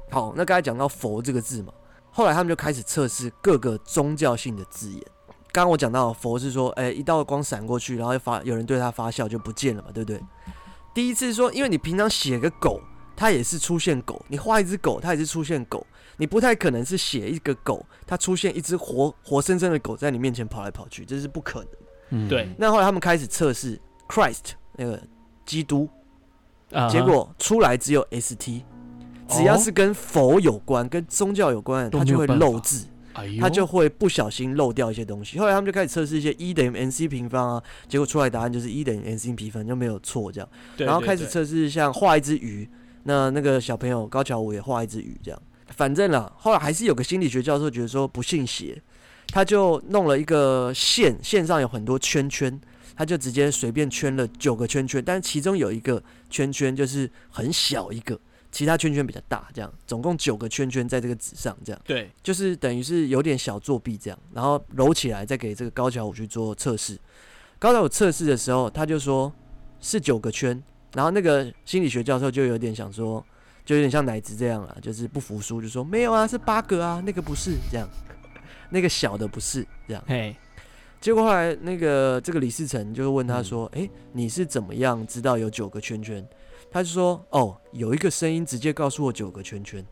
S2: 好，那刚才讲到“佛”这个字嘛，后来他们就开始测试各个宗教性的字眼。刚刚我讲到“佛”是说，哎、一道光闪过去，然后发有人对它发笑就不见了嘛，对不对？第一次说，因为你平常写个狗，它也是出现狗；你画一只狗，它也是出现狗。你不太可能是写一个狗，它出现一只活活生生的狗在你面前跑来跑去，这是不可能的。
S1: 嗯
S3: 对
S2: 那后来他们开始测试 Christ 那个基督，
S1: 啊哈
S2: 结果出来只有 ST，只要是跟佛有关、跟宗教有关的，
S1: 都
S2: 它
S1: 没
S2: 就
S1: 有
S2: 会
S1: 办法
S2: 漏字，
S1: 哎呦，
S2: 它就会不小心漏掉一些东西。后来他们就开始测试一些 E 等于 NC 平方啊，结果出来答案就是 E 等于 NC 平方，就没有错这样。
S3: 对
S2: 然后
S3: 对
S2: 开始
S3: 对
S2: 测试像画一只鱼，那那个小朋友高桥武也画一只鱼这样。反正啦，后来还是有个心理学教授觉得说不信邪，他就弄了一个线，线上有很多圈圈，他就直接随便圈了九个圈圈，但是其中有一个圈圈就是很小一个，其他圈圈比较大，这样总共九个圈圈在这个纸上这样。
S3: 对
S2: 就是等于是有点小作弊这样，然后揉起来再给这个高桥武去做测试。高桥武测试的时候，他就说是九个圈，然后那个心理学教授就有点想说，就有点像奶子这样了，就是不服输，就说没有啊，是八个啊，那个不是这样，那个小的不是这样。
S3: 嘿
S2: 结果后来那个这个李世成就问他说：“哎、你是怎么样知道有九个圈圈？”他就说：“哦，有一个声音直接告诉我九个圈圈。”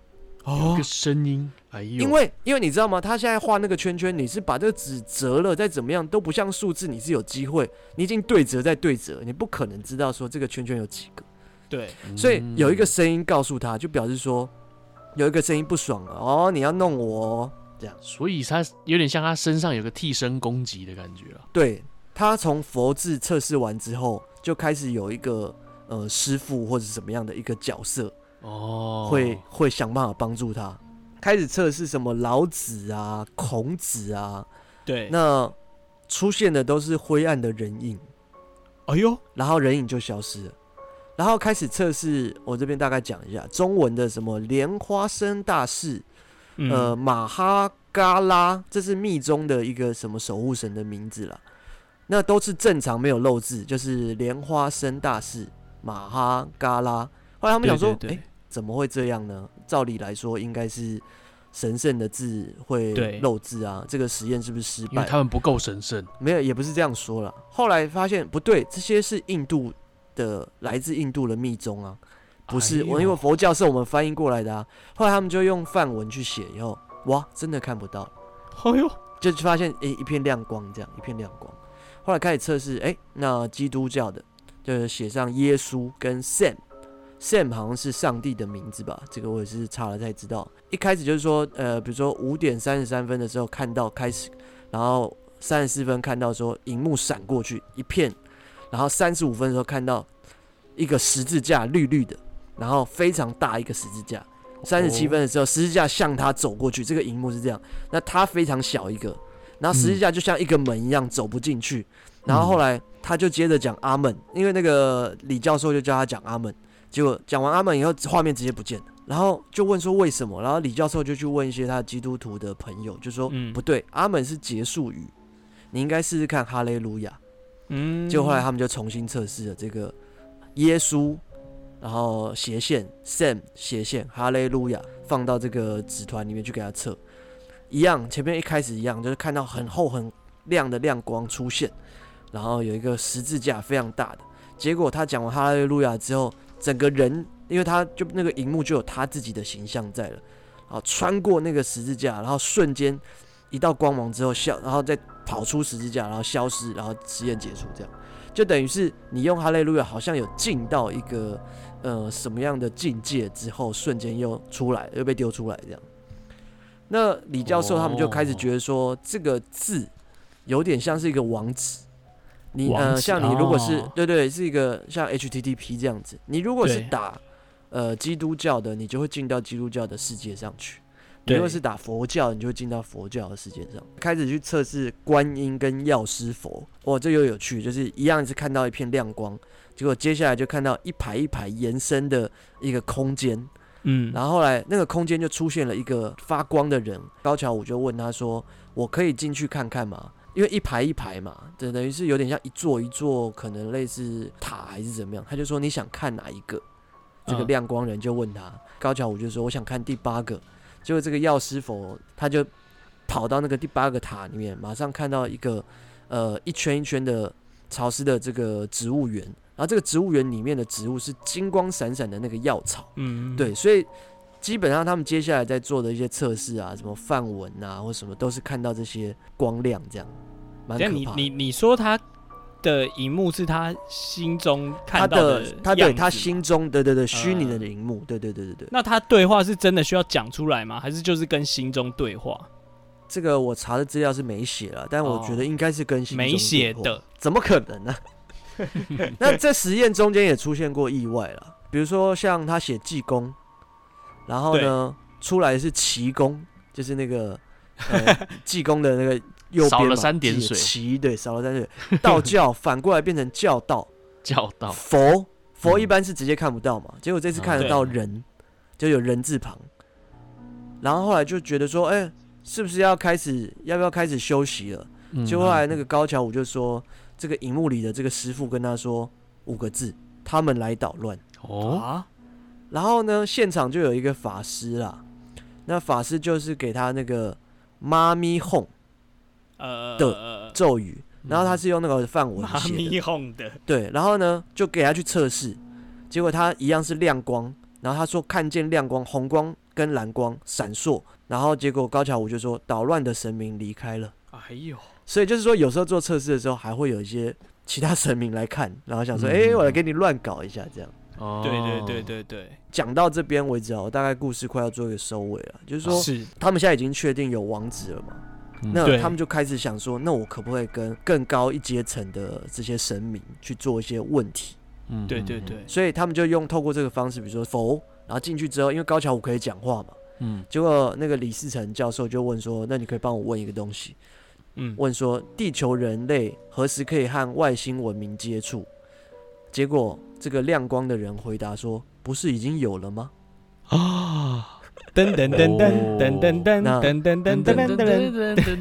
S2: 哦
S1: 有一个声音，哎呦，
S2: 因为因为你知道吗？他现在画那个圈圈，你是把这个纸折了，再怎么样都不像数字，你是有机会，你已经对折再对折，你不可能知道说这个圈圈有几个。
S3: 对
S2: 所以有一个
S1: 嗯
S2: 声音告诉他，就表示说有一个声音不爽了，哦，你要弄我、哦。
S1: 所以他有点像他身上有个替身攻击的感觉啊。
S2: 对他从佛字测试完之后，就开始有一个呃师傅或者什么样的一个角色，
S1: 哦，
S2: 会会想办法帮助他。开始测试什么老子啊、孔子啊，
S3: 对，
S2: 那出现的都是灰暗的人影，
S3: 哎呦
S2: 然后人影就消失了，然后开始测试。我这边大概讲一下中文的什么莲花生大士，呃，
S3: 嗯
S2: 马哈嘎拉，这是密宗的一个什么守护神的名字啦。那都是正常没有漏字，就是莲花生大士马哈嘎拉。后来他们想说，哎
S3: 对对对
S2: 怎么会这样呢？照理来说，应该是神圣的字会
S3: 对
S2: 漏字啊，这个实验是不是失
S1: 因为
S2: 败？
S1: 他们不够神圣，
S2: 没有，也不是这样说了。后来发现不对，这些是印度的，来自印度的密宗啊，不是
S1: 哎呦
S2: 我，因为佛教是我们翻译过来的啊。后来他们就用梵文去写，以后哇，真的看不到，
S3: 哎呦
S2: 就发现诶、一片亮光，这样一片亮光。后来开始测试，诶、那基督教的就是写上耶稣跟 Sam。Sam 好像是上帝的名字吧，这个我也是查了才知道。一开始就是说，呃，比如说五点三十三分的时候看到开始，然后三十四分看到说荧幕闪过去一片，然后三十五分的时候看到一个十字架绿绿的，然后非常大一个十字架。三十
S1: 哦
S2: 七分的时候，十字架向他走过去，这个荧幕是这样，那他非常小一个，然后十字架就像一个门一样走不进去。然
S3: 嗯
S2: 后后来他就接着讲阿门，因为那个李教授就叫他讲阿门，结果讲完阿门以后，画面直接不见了。然后就问说为什么？然后李教授就去问一些他基督徒的朋友，就说、
S3: 嗯
S2: 不对，阿门是结束语，你应该试试看哈利路亚。
S3: 嗯，
S2: 结果后来他们就重新测试了这个耶稣，然后斜线 Sam 斜线哈利路亚放到这个纸团里面去给他测，一样前面一开始一样，就是看到很厚很亮的亮光出现，然后有一个十字架非常大的。结果他讲完哈利路亚之后，整个人，因为他就那个荧幕就有他自己的形象在了，啊，穿过那个十字架，然后瞬间一道光芒之后消，然后再跑出十字架，然后消失，然后实验结束，这样就等于是你用哈利路亚好像有进到一个呃什么样的境界之后，瞬间又出来，又被丢出来这样。那李教授他们就开始觉得说，这个字有点像是一个网址。你
S3: 网
S2: 呃，
S3: 址
S2: 像你如果是、
S3: 哦
S2: 对对，是一个像 HTTP 这样子，你如果是
S3: 对
S2: 打呃基督教的，你就会进到基督教的世界上去；你
S3: 对
S2: 如果是打佛教，你就会进到佛教的世界上。开始去测试观音跟药师佛，哇，这又有趣，就是一样是看到一片亮光，结果接下来就看到一排一排延伸的一个空间，
S3: 嗯，
S2: 然后后来那个空间就出现了一个发光的人，高桥武就问他说：“我可以进去看看吗？”因为一排一排嘛，等等于是有点像一座一座，可能类似塔还是怎么样。他就说：“你想看哪一个？”这个
S3: 嗯
S2: 亮光人就问他，高桥武就说：“我想看第八个。”结果这个药师佛他就跑到那个第八个塔里面，马上看到一个呃一圈一圈的潮湿的这个植物园，然后这个植物园里面的植物是金光闪闪的那个药草。
S3: 嗯，
S2: 对，所以基本上他们接下来在做的一些测试啊，什么范文啊，或什么，都是看到这些光亮这样，蛮
S3: 这
S2: 可
S3: 样你
S2: 怕的
S3: 你你说他的荧幕是他心中
S2: 他
S3: 看到
S2: 的他对
S3: 样
S2: 他
S3: 子吗嗯
S2: 心中对对对虚拟的荧幕，对对对对对，
S3: 那他对话是真的需要讲出来吗？还是就是跟心中对话？
S2: 这个我查的资料是没写了，但我
S3: 哦
S2: 觉得应该是更新
S3: 没写的，
S2: 怎么可能呢、
S1: (laughs)
S2: 那在实验中间也出现过意外了，比如说像他写济公，然后呢出来是奇公，就是那
S1: (laughs)
S2: 个呃济公的那个右边
S1: 少了
S2: 嘛
S1: 三点
S2: 记得
S1: 水
S2: 奇对，少了三点水。道教反过来变成教道，
S1: 哦叫到
S2: 佛佛一
S1: 嗯
S2: 般是直接看不到嘛，结果这次看得
S3: 嗯
S2: 到
S1: 对
S2: 人，就有人字旁。然后后来就觉得说，哎、是不是要开始要不要开始休息了？
S1: 嗯
S2: 就后来那个高桥武就说，这个荧幕里的这个师傅跟他说五个字：他们来捣乱。
S1: 哦，
S3: 啊，
S2: 然后呢，现场就有一个法师啦，那法师就是给他那个妈咪哄
S3: 呃
S2: 的
S3: 的
S2: 咒语，
S1: 嗯
S2: 然后他是用那个范文
S3: 妈
S2: 写的，
S3: 咪哄的，
S2: 对，然后呢就给他去测试，结果他一样是亮光，然后他说看见亮光、红光跟蓝光闪烁，然后结果高桥武就说捣乱的神明离开了。
S3: 哎呦，
S2: 所以就是说，有时候做测试的时候，还会有一些其他神明来看，然后想说，
S1: 嗯
S2: 哎、我来给你乱搞一下，这样。
S1: 哦
S3: 对对对，对对，
S2: 讲到这边为止啊，我大概故事快要做一个收尾了，就是说
S3: 是
S2: 他们现在已经确定有网址了嘛，
S1: 啊嗯
S2: 那
S3: 对
S2: 他们就开始想说，那我可不可以跟更高一阶层的这些神明去做一些问题？
S1: 嗯
S3: 对对，对，
S2: 所以他们就用透过这个方式，比如说佛，然后进去之后，因为高桥我可以讲话嘛，
S1: 嗯
S2: 结果那个李世成教授就问说，那你可以帮我问一个东西，
S3: 嗯，
S2: 问说地球人类何时可以和外星文明接触？结果这个亮光的人回答说：“不是已经有了
S3: (laughs)
S2: 吗
S1: 啊，
S3: 噔噔噔
S1: 哦
S3: 噔噔噔噔
S2: 那
S3: 噔噔
S1: 噔噔
S3: 噔噔噔
S1: 噔
S3: 噔，
S1: 噔噔噔，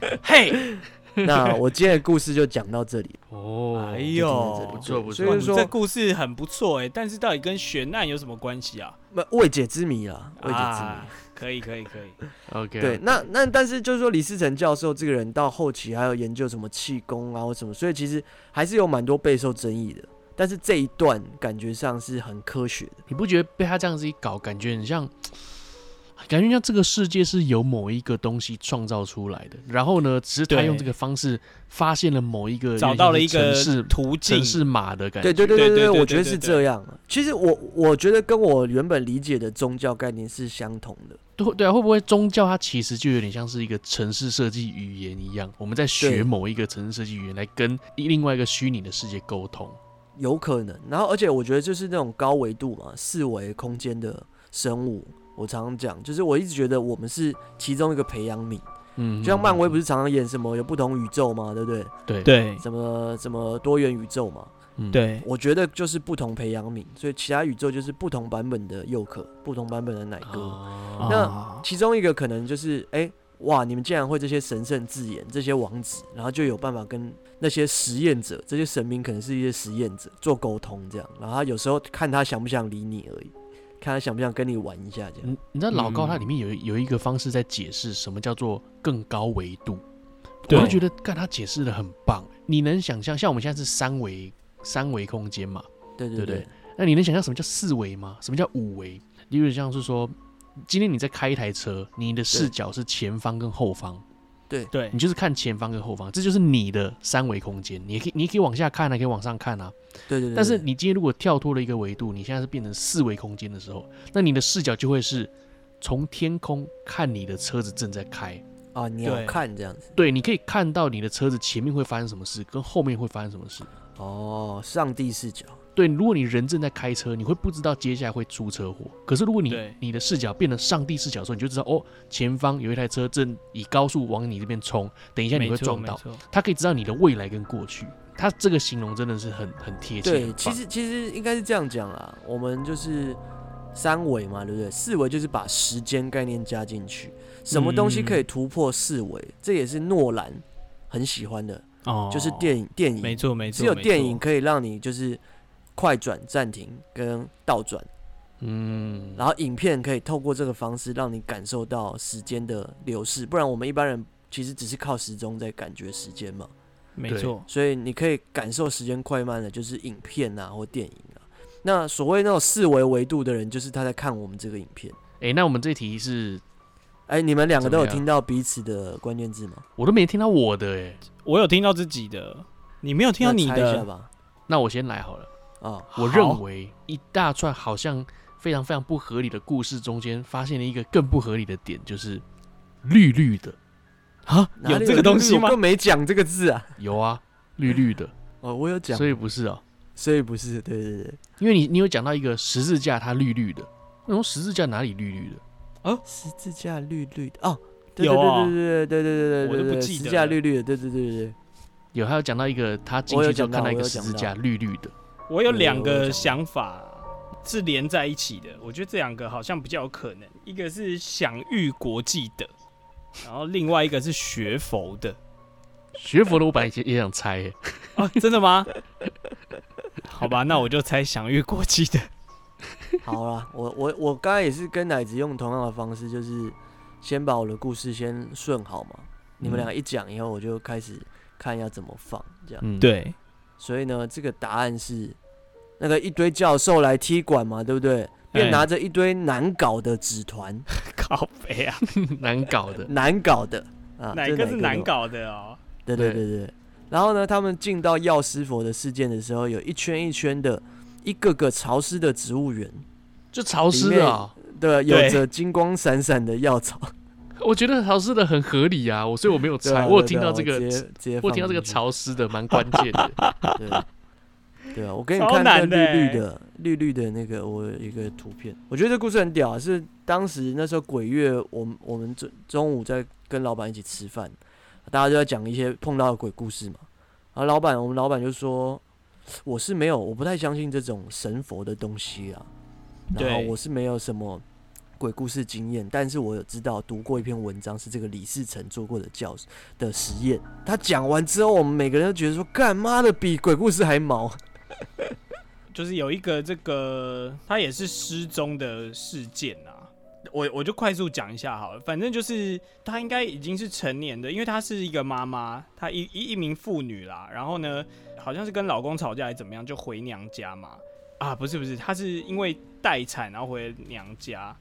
S3: 嗯
S1: 嘿，？”
S2: 那我今天的故事就讲到这里。
S1: 哦，
S3: 哎
S2: 就停在这
S3: 呦
S2: 里
S1: 不，错不错，
S2: 所以
S3: 你
S2: 说
S3: 这故事很不错哎，但是到底跟悬案有什么关系啊？
S2: 那未解之谜啦，未解之谜。
S3: 啊，可以可以可以，
S1: OK，
S2: 对，那那但是就是说，李思成教授这个人到后期还有研究什么气功啊或什么，所以其实还是有蛮多备受争议的。但是这一段感觉上是很科学的，
S1: 你不觉得被他这样子一搞，感觉很像，感觉像这个世界是由某一个东西创造出来的，然后呢，只是他
S3: 对
S1: 用这个方式发现了某一个
S3: 找到了一
S1: 有
S3: 个
S1: 点像是城市
S3: 途径
S1: 城，市码的感
S2: 对
S1: 觉。
S2: 对对
S3: 对
S2: 对
S3: 对对
S2: 我觉得
S3: 对
S2: 是
S3: 对
S2: 这样。啊其实我我觉得跟我原本理解的宗教概念是相同的。
S1: 对对啊，会不会宗教它其实就有点像是一个城市设计语言一样，我们在
S2: 对
S1: 学某一个城市设计语言来跟另外一个虚拟的世界沟通。
S2: 有可能。然后，而且我觉得就是那种高维度嘛，四维空间的生物，我常常讲，就是我一直觉得我们是其中一个培养皿。
S1: 嗯，
S2: 就像漫威不
S1: 是
S2: 是常常演什么有不同宇宙嘛，对不对？
S1: 对
S3: 对
S2: 什么什么多元宇宙嘛，
S1: 嗯
S3: 对，
S2: 我觉得就是不同培养皿，所以其他宇宙就是不同版本的佑可，不同版本的奶哥。
S1: 哦
S2: 那
S3: 啊
S2: 其中一个可能就是，哎、哇，你们竟然会这些神圣字眼、这些网址，然后就有办法跟那些实验者、这些神明，可能是一些实验者做沟通，这样。然后他有时候看他想不想理你而已，看他想不想跟你玩一下，这样。
S1: 你你知道老高
S3: 嗯
S1: 它里面有一有一个方式在解释什么叫做更高维度，我
S3: 对
S1: 就觉得干他解释的很棒。欸你能想象，像我们现在是三维三维空间嘛，
S2: 对
S1: 对
S2: 对
S1: 不对，？那你能想象什么叫四维吗？什么叫五维？例如像是说，今天你在开一台车，你的视角是前方跟后方，
S3: 对
S1: 你，就是看前方跟后方，这就是你的三维空间。你也可以，你也可以往下看啊，可以往上看啊。
S2: 对对对。
S1: 但是
S2: 对
S1: 你今天如果跳脱了一个维度，你现在是变成四维空间的时候，那你的视角就会是从天空看你的车子正在开。
S2: 啊，你要
S3: 对
S2: 看这样子
S1: 对，你可以看到你的车子前面会发生什么事，跟后面会发生什么事。
S2: 哦，上帝视角，
S1: 对，如果你人正在开车，你会不知道接下来会出车祸。可是如果你
S3: 对
S1: 你的视角变成上帝视角的时候，你就知道哦，前方有一台车正以高速往你这边冲，等一下你会
S3: 没错
S1: 撞
S3: 没
S1: 到。
S3: 错，
S1: 他可以知道你的未来跟过去。他这个形容真的是很很贴切。很
S2: 对，
S1: 棒
S2: 其实其实应该是这样讲啦，我们就是三维嘛，对不对？四维就是把时间概念加进去，什么东西
S3: 嗯
S2: 可以突破四维？这也是诺兰很喜欢的，
S3: 哦，
S2: 就是电影电
S3: 没
S2: 影，
S3: 错没错，
S2: 只有
S3: 没
S2: 电
S3: 错
S2: 影可以让你就是快转、暂停跟倒转，
S1: 嗯，
S2: 然后影片可以透过这个方式让你感受到时间的流逝，不然我们一般人其实只是靠时钟在感觉时间嘛。
S3: 没
S1: 对
S3: 错，
S2: 所以你可以感受时间快慢的，就是影片啊或电影啊。那所谓那种四维维度的人，就是他在看我们这个影片。
S1: 哎、那我们这题是
S2: 哎、你们两个都有
S1: 怎么样
S2: 听到彼此的关键字吗？
S1: 我都没听到我的哎、
S3: 我有听到自己的，你没有听到
S2: 那
S3: 你
S2: 猜一下
S3: 的，
S2: 吧。
S1: 那我先来好了。
S2: 啊、
S1: 我
S3: 好
S1: 认为一大串好像非常非常不合理的故事中间，发现了一个更不合理的点，就是绿绿的
S3: 啊，
S2: 哪里
S3: 有这个东西吗
S2: 我？更没讲这个字啊。
S1: 有啊，绿绿的，
S2: 哦，我有讲，
S1: 所以不是哦，
S2: 所以不是，对对对，
S1: 因为你你有讲到一个十字架，它绿绿的，那种十字架哪里绿绿的？
S2: 十字架绿绿的哦。对
S3: 有啊
S2: 对对对对对对对对对
S3: 我都不
S2: 对
S3: 记
S2: 十
S3: 得
S2: 字架
S3: 了
S2: 绿绿的，对对对对对，
S1: 有，还有讲到一个，他进
S2: 我有
S1: 去就
S2: 讲到
S1: 看到一
S2: 我
S1: 个
S2: 有
S1: 十
S2: 讲
S1: 字
S2: 到
S1: 架绿绿的，
S3: 我有
S2: 对
S3: 两
S2: 我有讲
S3: 个
S2: 过
S3: 想法是连在一起的，我觉得这两个好像比较有可能，一个是享誉国际的，然后另外一个是学佛的。
S1: 学佛的我本来也也想猜耶，
S3: 啊，真的吗？好吧，那我就猜享誉国际的。
S2: 好啦，我我我刚才也是跟奶子用同样的方式，就是先把我的故事先顺好嘛，你们
S1: 嗯
S2: 两个一讲以后，我就开始看要怎么放这样。
S1: 嗯，，
S3: 对，
S2: 所以呢，这个答案是那个一堆教授来踢馆嘛，对不对？便
S3: 哎
S2: 拿着一堆难搞的纸
S3: (laughs)
S2: 团，
S3: (laughs) 靠北啊，
S1: (laughs) 难搞的，
S2: 难搞的啊，
S3: 哪
S2: 这
S3: 个是
S2: 都
S3: 难？搞的哦？
S2: 对对
S1: 对
S2: 对对。然后呢，他们进到药师佛的事件的时候，有一圈一圈的，一个个潮湿的植物园，
S1: (laughs) 就潮湿的啊、
S2: 对，有
S3: 对
S2: 着金光闪闪的药草。
S1: 我觉得潮湿的很合理啊，我所以我没有
S2: 对啊
S1: 猜，我有
S2: 对
S1: 听
S2: 对啊
S1: 到这
S2: 我
S1: 个
S2: 直，接直接
S1: 我有听到
S2: 放
S1: 这个
S2: 进去，
S1: 潮湿的蛮关键的，
S3: (laughs)
S2: 对对啊，我给你
S3: 超
S2: 看那个
S3: 难的
S2: 绿绿
S3: 欸
S2: 的绿绿的那个我有一个图片，我觉得这故事很屌啊，是当时那时候鬼月，我们我们中中午在跟老板一起吃饭，大家就在讲一些碰到的鬼故事嘛，然后老板我们老板就说我是没有，我不太相信这种神佛的东西啊，然后
S3: 对
S2: 我是没有什么。鬼故事经验，但是我有知道读过一篇文章，是这个李世成做过的教的实验。他讲完之后，我们每个人都觉得说，干妈的比鬼故事还
S3: (laughs)
S2: 毛。
S3: 就是有一个这个，它也是失踪的事件啊。我我就快速讲一下好了，反正就是她应该已经是成年的，因为她是一个妈妈，她一一一名妇女啦。然后呢，好像是跟老公吵架还是怎么样，就回娘家嘛。啊，不是不是，她是因为待产然后回娘家，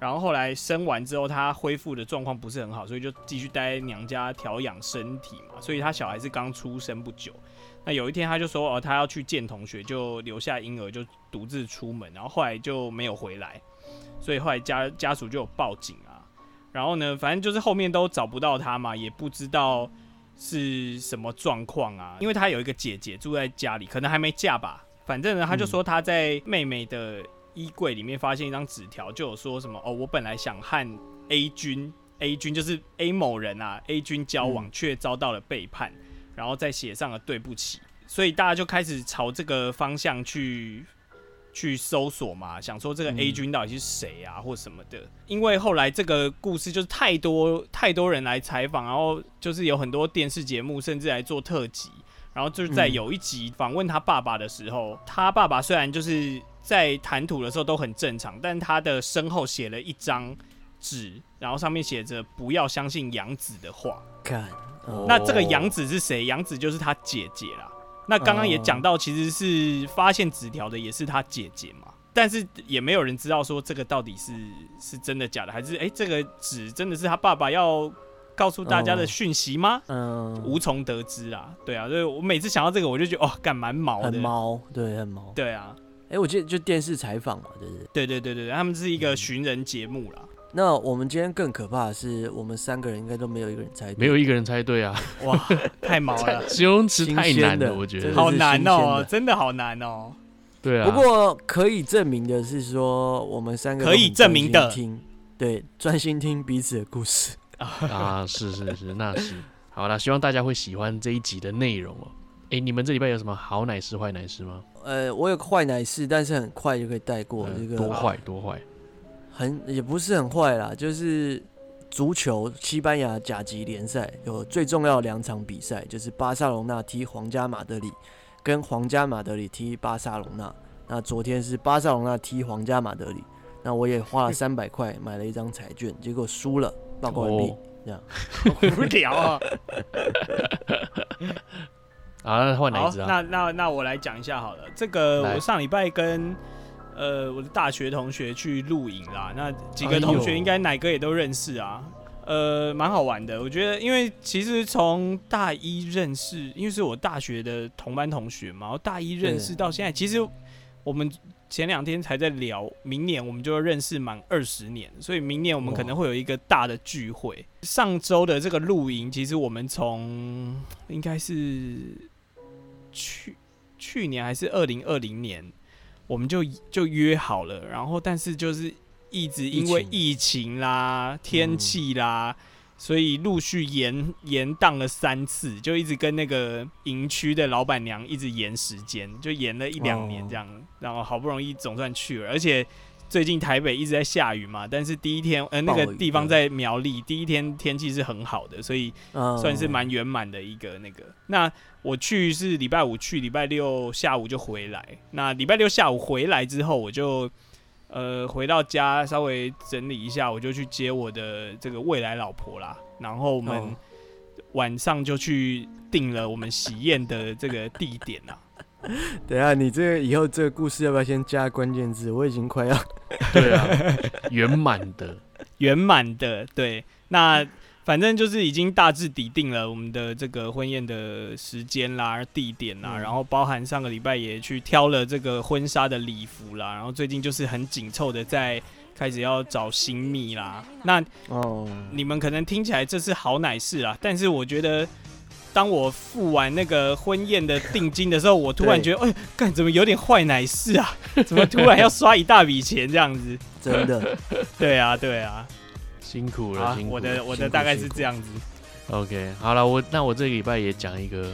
S3: 然后后来生完之后她恢复的状况不是很好，所以就继续待在娘家调养身体嘛。所以她小孩是刚出生不久。那有一天他就说，哦，他要去见同学，就留下婴儿，就独自出门，然后后来就没有回来，所以后来家家属就有报警啊。然后呢，反正就是后面都找不到他嘛，也不知道是什么状况啊，因为他有一个姐姐住在家里，可能还没嫁吧。反正呢，他就说他在妹妹的衣柜里面发现一张纸条，就有说什么哦，我本来想和 A 君，A 君就是 A 某人啊，A 君交往，却遭到了背叛，然后再写上了对不起，所以大家就开始朝这个方向去去搜索嘛，想说这个
S2: 嗯
S3: A 君到底是谁啊，或什么的。因为后来这个故事就是太多太多人来采访，然后就是有很多电视节目，甚至来做特辑。然后就是在
S2: 嗯
S3: 有一集访问他爸爸的时候，他爸爸虽然就是在谈吐的时候都很正常，但他的身后写了一张纸，然后上面写着“不要相信杨子的话
S2: 看，”哦
S3: 那这个杨子是谁？杨子就是他姐姐啦。那刚刚也讲到，其实是发现纸条的也是他姐姐嘛，但是也没有人知道说这个到底是是真的假的，还是哎、诶这个纸真的是他爸爸要告诉大家的讯息吗？
S2: 嗯，
S3: 无从得知啊。对啊，所以我每次想到这个，我就觉得哦，干蛮毛
S2: 很
S3: 的。
S2: 毛，对，很毛。
S3: 对啊，
S2: 哎，我记得就电视采访嘛，对不对？
S3: 对对对对对，他们是一个寻人节目啦。
S2: 那我们今天更可怕的是，我们三个人应该都没有一个人猜对，
S1: 没有一个人猜对啊，，
S2: (laughs)
S3: 哇，太毛了
S1: 形容词
S2: 新
S1: 太
S2: 鲜
S1: 难
S2: 的
S1: 了，我觉
S2: 真的
S1: 得。
S3: 好难
S2: 新鲜
S3: 哦、
S2: 的
S3: 真的好难哦、
S1: 对啊，
S2: 不过可以证明的是说，我们三个都
S3: 可以
S2: 很
S3: 证明的
S2: 专心听，对，专心听彼此的故事。 (laughs)
S1: 啊，是是是，那是好啦，希望大家会喜欢这一集的内容哦。哎，你们这礼拜有什么好奶师坏奶师吗？
S2: 呃，我有个坏奶事，但是很快就可以带过。
S1: 呃
S2: 这
S1: 多
S2: 个啊
S1: 坏多坏，
S2: 很也不是很坏啦，就是足球西班牙甲级联赛有最重要的两场比赛，就是巴塞隆纳踢皇家马德里，跟皇家马德里踢巴塞隆纳。那昨天是巴塞隆纳踢皇家马德里，那我也花了三百块买了一张彩券，结果输了，报告完毕。
S1: 哦
S3: 无聊啊、
S1: 好，那换哪
S3: 好
S1: 一只，啊？
S3: 那那那我来讲一下好了。这个
S1: 来
S3: 我上礼拜跟呃我的大学同学去露营啦，那几
S1: 哎
S3: 个
S1: 呦
S3: 同学应该哪个也都认识啊。呃，蛮好玩的，我觉得，因为其实从大一认识，因为是我大学的同班同学嘛，我大一认识
S2: 对
S3: 到现在，其实我们前两天才在聊，明年我们就要认识满二十年，所以明年我们
S1: 哇
S3: 可能会有一个大的聚会。上周的这个露营，其实我们从应该是去去年还是二零二零年，我们就就约好了，然后但是就是一直因为
S2: 疫情
S3: 疫情啦、天气啦，所以陆续延延档了三次，就一直跟那个营区的老板娘一直延时间，就延了一两年
S2: 哦
S3: 这样，然后好不容易总算去了，而且。最近台北一直在下雨嘛，但是第一天，呃，那个
S2: 暴雨嗯
S3: 地方
S2: 对
S3: 在苗栗，第一天天气是很好的，所以
S2: 嗯
S3: 算是蛮圆满的一个那个。那我去是礼拜五去，礼拜六下午就回来。那礼拜六下午回来之后，我就呃回到家稍微整理一下，我就去接我的这个未来老婆啦。然后我们
S2: 哦
S3: 晚上就去定了我们喜宴的这个地点啊啦。
S2: 等一下，你这个以后这个故事要不要先加关键字？我已经快要
S1: 对啊，圆满的，
S3: 圆满的，对，那反正就是已经大致底定了我们的这个婚宴的时间啦、地点啦，
S2: 嗯
S3: 然后包含上个礼拜也去挑了这个婚纱的礼服啦，然后最近就是很紧凑的在开始要找新密啦。那
S2: 哦，
S3: 你们可能听起来这是好奶事啦，但是我觉得。当我付完那个婚宴的定金的时候，我突然觉得，哎，干怎么有点坏奶事啊？怎么突然要刷一大笔钱这样子？
S2: 真的，
S3: 对啊，对啊。
S1: 辛苦了，
S3: 啊
S1: 辛，苦
S3: 我
S1: 了
S3: 的我
S2: 辛
S3: 的
S2: 苦
S3: 大概
S2: 辛
S3: 是
S2: 苦
S3: 这样子。
S1: (laughs) OK，好了，我那我这个礼拜也讲一个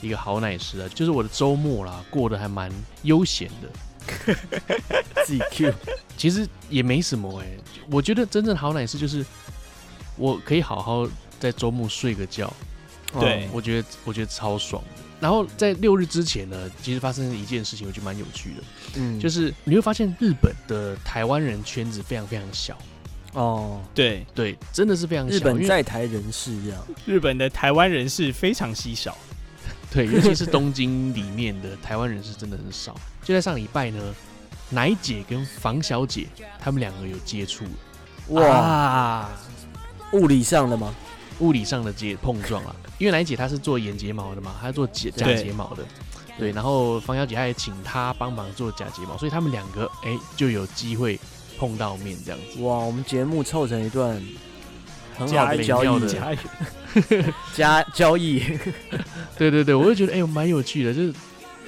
S1: 一个好奶师啊，就是我的周末啦，过得还蛮悠闲的。
S2: 自己 Q
S1: 其实也没什么哎、我觉得真正好奶师就是我可以好好在周末睡个觉，
S2: 哎
S3: 对
S1: 我觉得我觉得超爽的。然后在六日之前呢，其实发生了一件事情，我觉得蛮有趣的，
S2: 嗯
S1: 就是你会发现日本的台湾人圈子非常非常小，
S2: 哦，
S3: 对，
S1: 对，真的是非常小。
S2: 日本
S1: 因为
S2: 在台人士这样，
S3: 日本的台湾人是非常稀少。
S1: 对，尤其是东京里面的台湾人是真的很少。就在上礼拜呢，奶姐跟房小姐他们两个有接触，啊
S2: 哇，
S3: 哇，
S2: 物理上的吗？
S1: 物理上的接碰撞啊。因为奶姐她是做眼睫毛的嘛，她做假假
S3: 对
S1: 睫毛的，对。然后房小姐她也请她帮忙做假睫毛，所以他们两个哎、就有机会碰到面这样子。
S2: 哇，我们节目凑成一段很好
S1: 加
S2: 的
S1: 油
S2: 交
S1: 妙
S2: 易
S1: 的，
S3: 加油！
S2: 加交易，
S1: 对对对，我就觉得哎呦蛮、有趣的，就是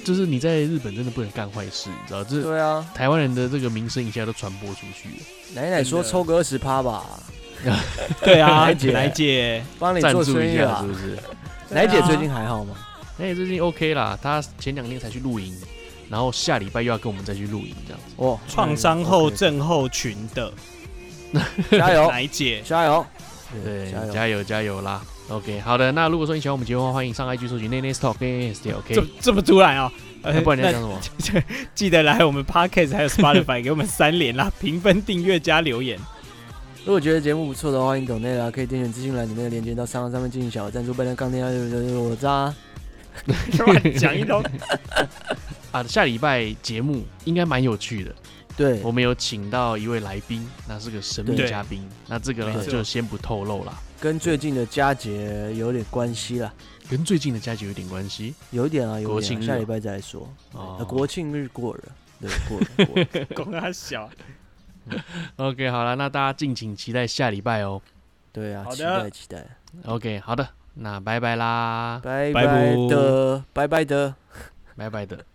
S1: 就是你在日本真的不能干坏事，你知道，这
S2: 对啊，
S1: 台湾人的这个名声一下都传播出去了。
S2: 奶奶说
S3: 真的
S2: 抽个二十趴吧，
S1: (laughs)
S3: 对啊，
S2: 奶姐
S3: 奶姐，
S2: 帮你
S1: 赞
S2: 做
S1: 助
S2: 生
S1: 一
S2: 意
S1: 下
S2: 啊
S1: 是。不
S2: (laughs)
S1: 是？
S2: 奶姐
S3: 对啊
S2: 最近还好吗？
S1: 哎、最近 OK 啦，他前两天才去露营，然后下礼拜又要跟我们再去露营，这样子。
S2: 哦，
S3: 创伤后
S2: 症，
S3: 症候群的
S2: OK，加
S1: 哎
S2: 油，
S3: 奶姐，
S2: 加油，
S1: 对，
S2: 加油，
S1: 加油加油啦！OK，好的，那如果说你喜欢我们节目的话，欢迎上 IG 搜寻 Nene Talk N S T OK，
S3: 这这么突然啊！
S1: 那
S3: 呃
S1: 哎不然你
S3: (laughs)
S1: 要
S3: 那
S1: 讲什么？
S3: 记得来我们 podcast 还有 Spotify 给我们三连啦，评分、订阅加留言。
S2: 如果觉得节目不错的话，欢迎抖内啦，可以点选资讯栏里面的链接到商号上面进行小额赞助。本人钢铁侠就是我渣，
S3: (laughs) 乱讲一通。 (laughs)
S1: 啊，下礼拜节目应该蛮有趣的，
S2: 对，
S1: 我们有请到一位来宾，那是个神秘
S3: 对
S1: 嘉宾，那这个
S3: 没
S1: 呢
S3: 错
S1: 就先不透露啦，
S2: 跟最近的佳节有点关系啦，
S1: 跟最近的佳节有点关系
S2: 有点啊，有
S1: 国
S2: 点、
S1: 庆
S2: 啊，
S1: 日
S2: 下
S1: 啊
S2: 礼拜再来说。
S1: 哦
S2: 呃国庆日过了，对，过了，过了。
S1: (laughs)
S3: 公他小，
S1: OK，好了，那大家敬请期待下礼拜哦。
S2: 对啊，
S3: 好的
S2: 期待期待，
S1: OK，好的，那拜拜啦，
S2: 拜
S3: 拜
S2: 拜
S3: 拜
S2: 的，拜拜的。
S1: 拜拜的。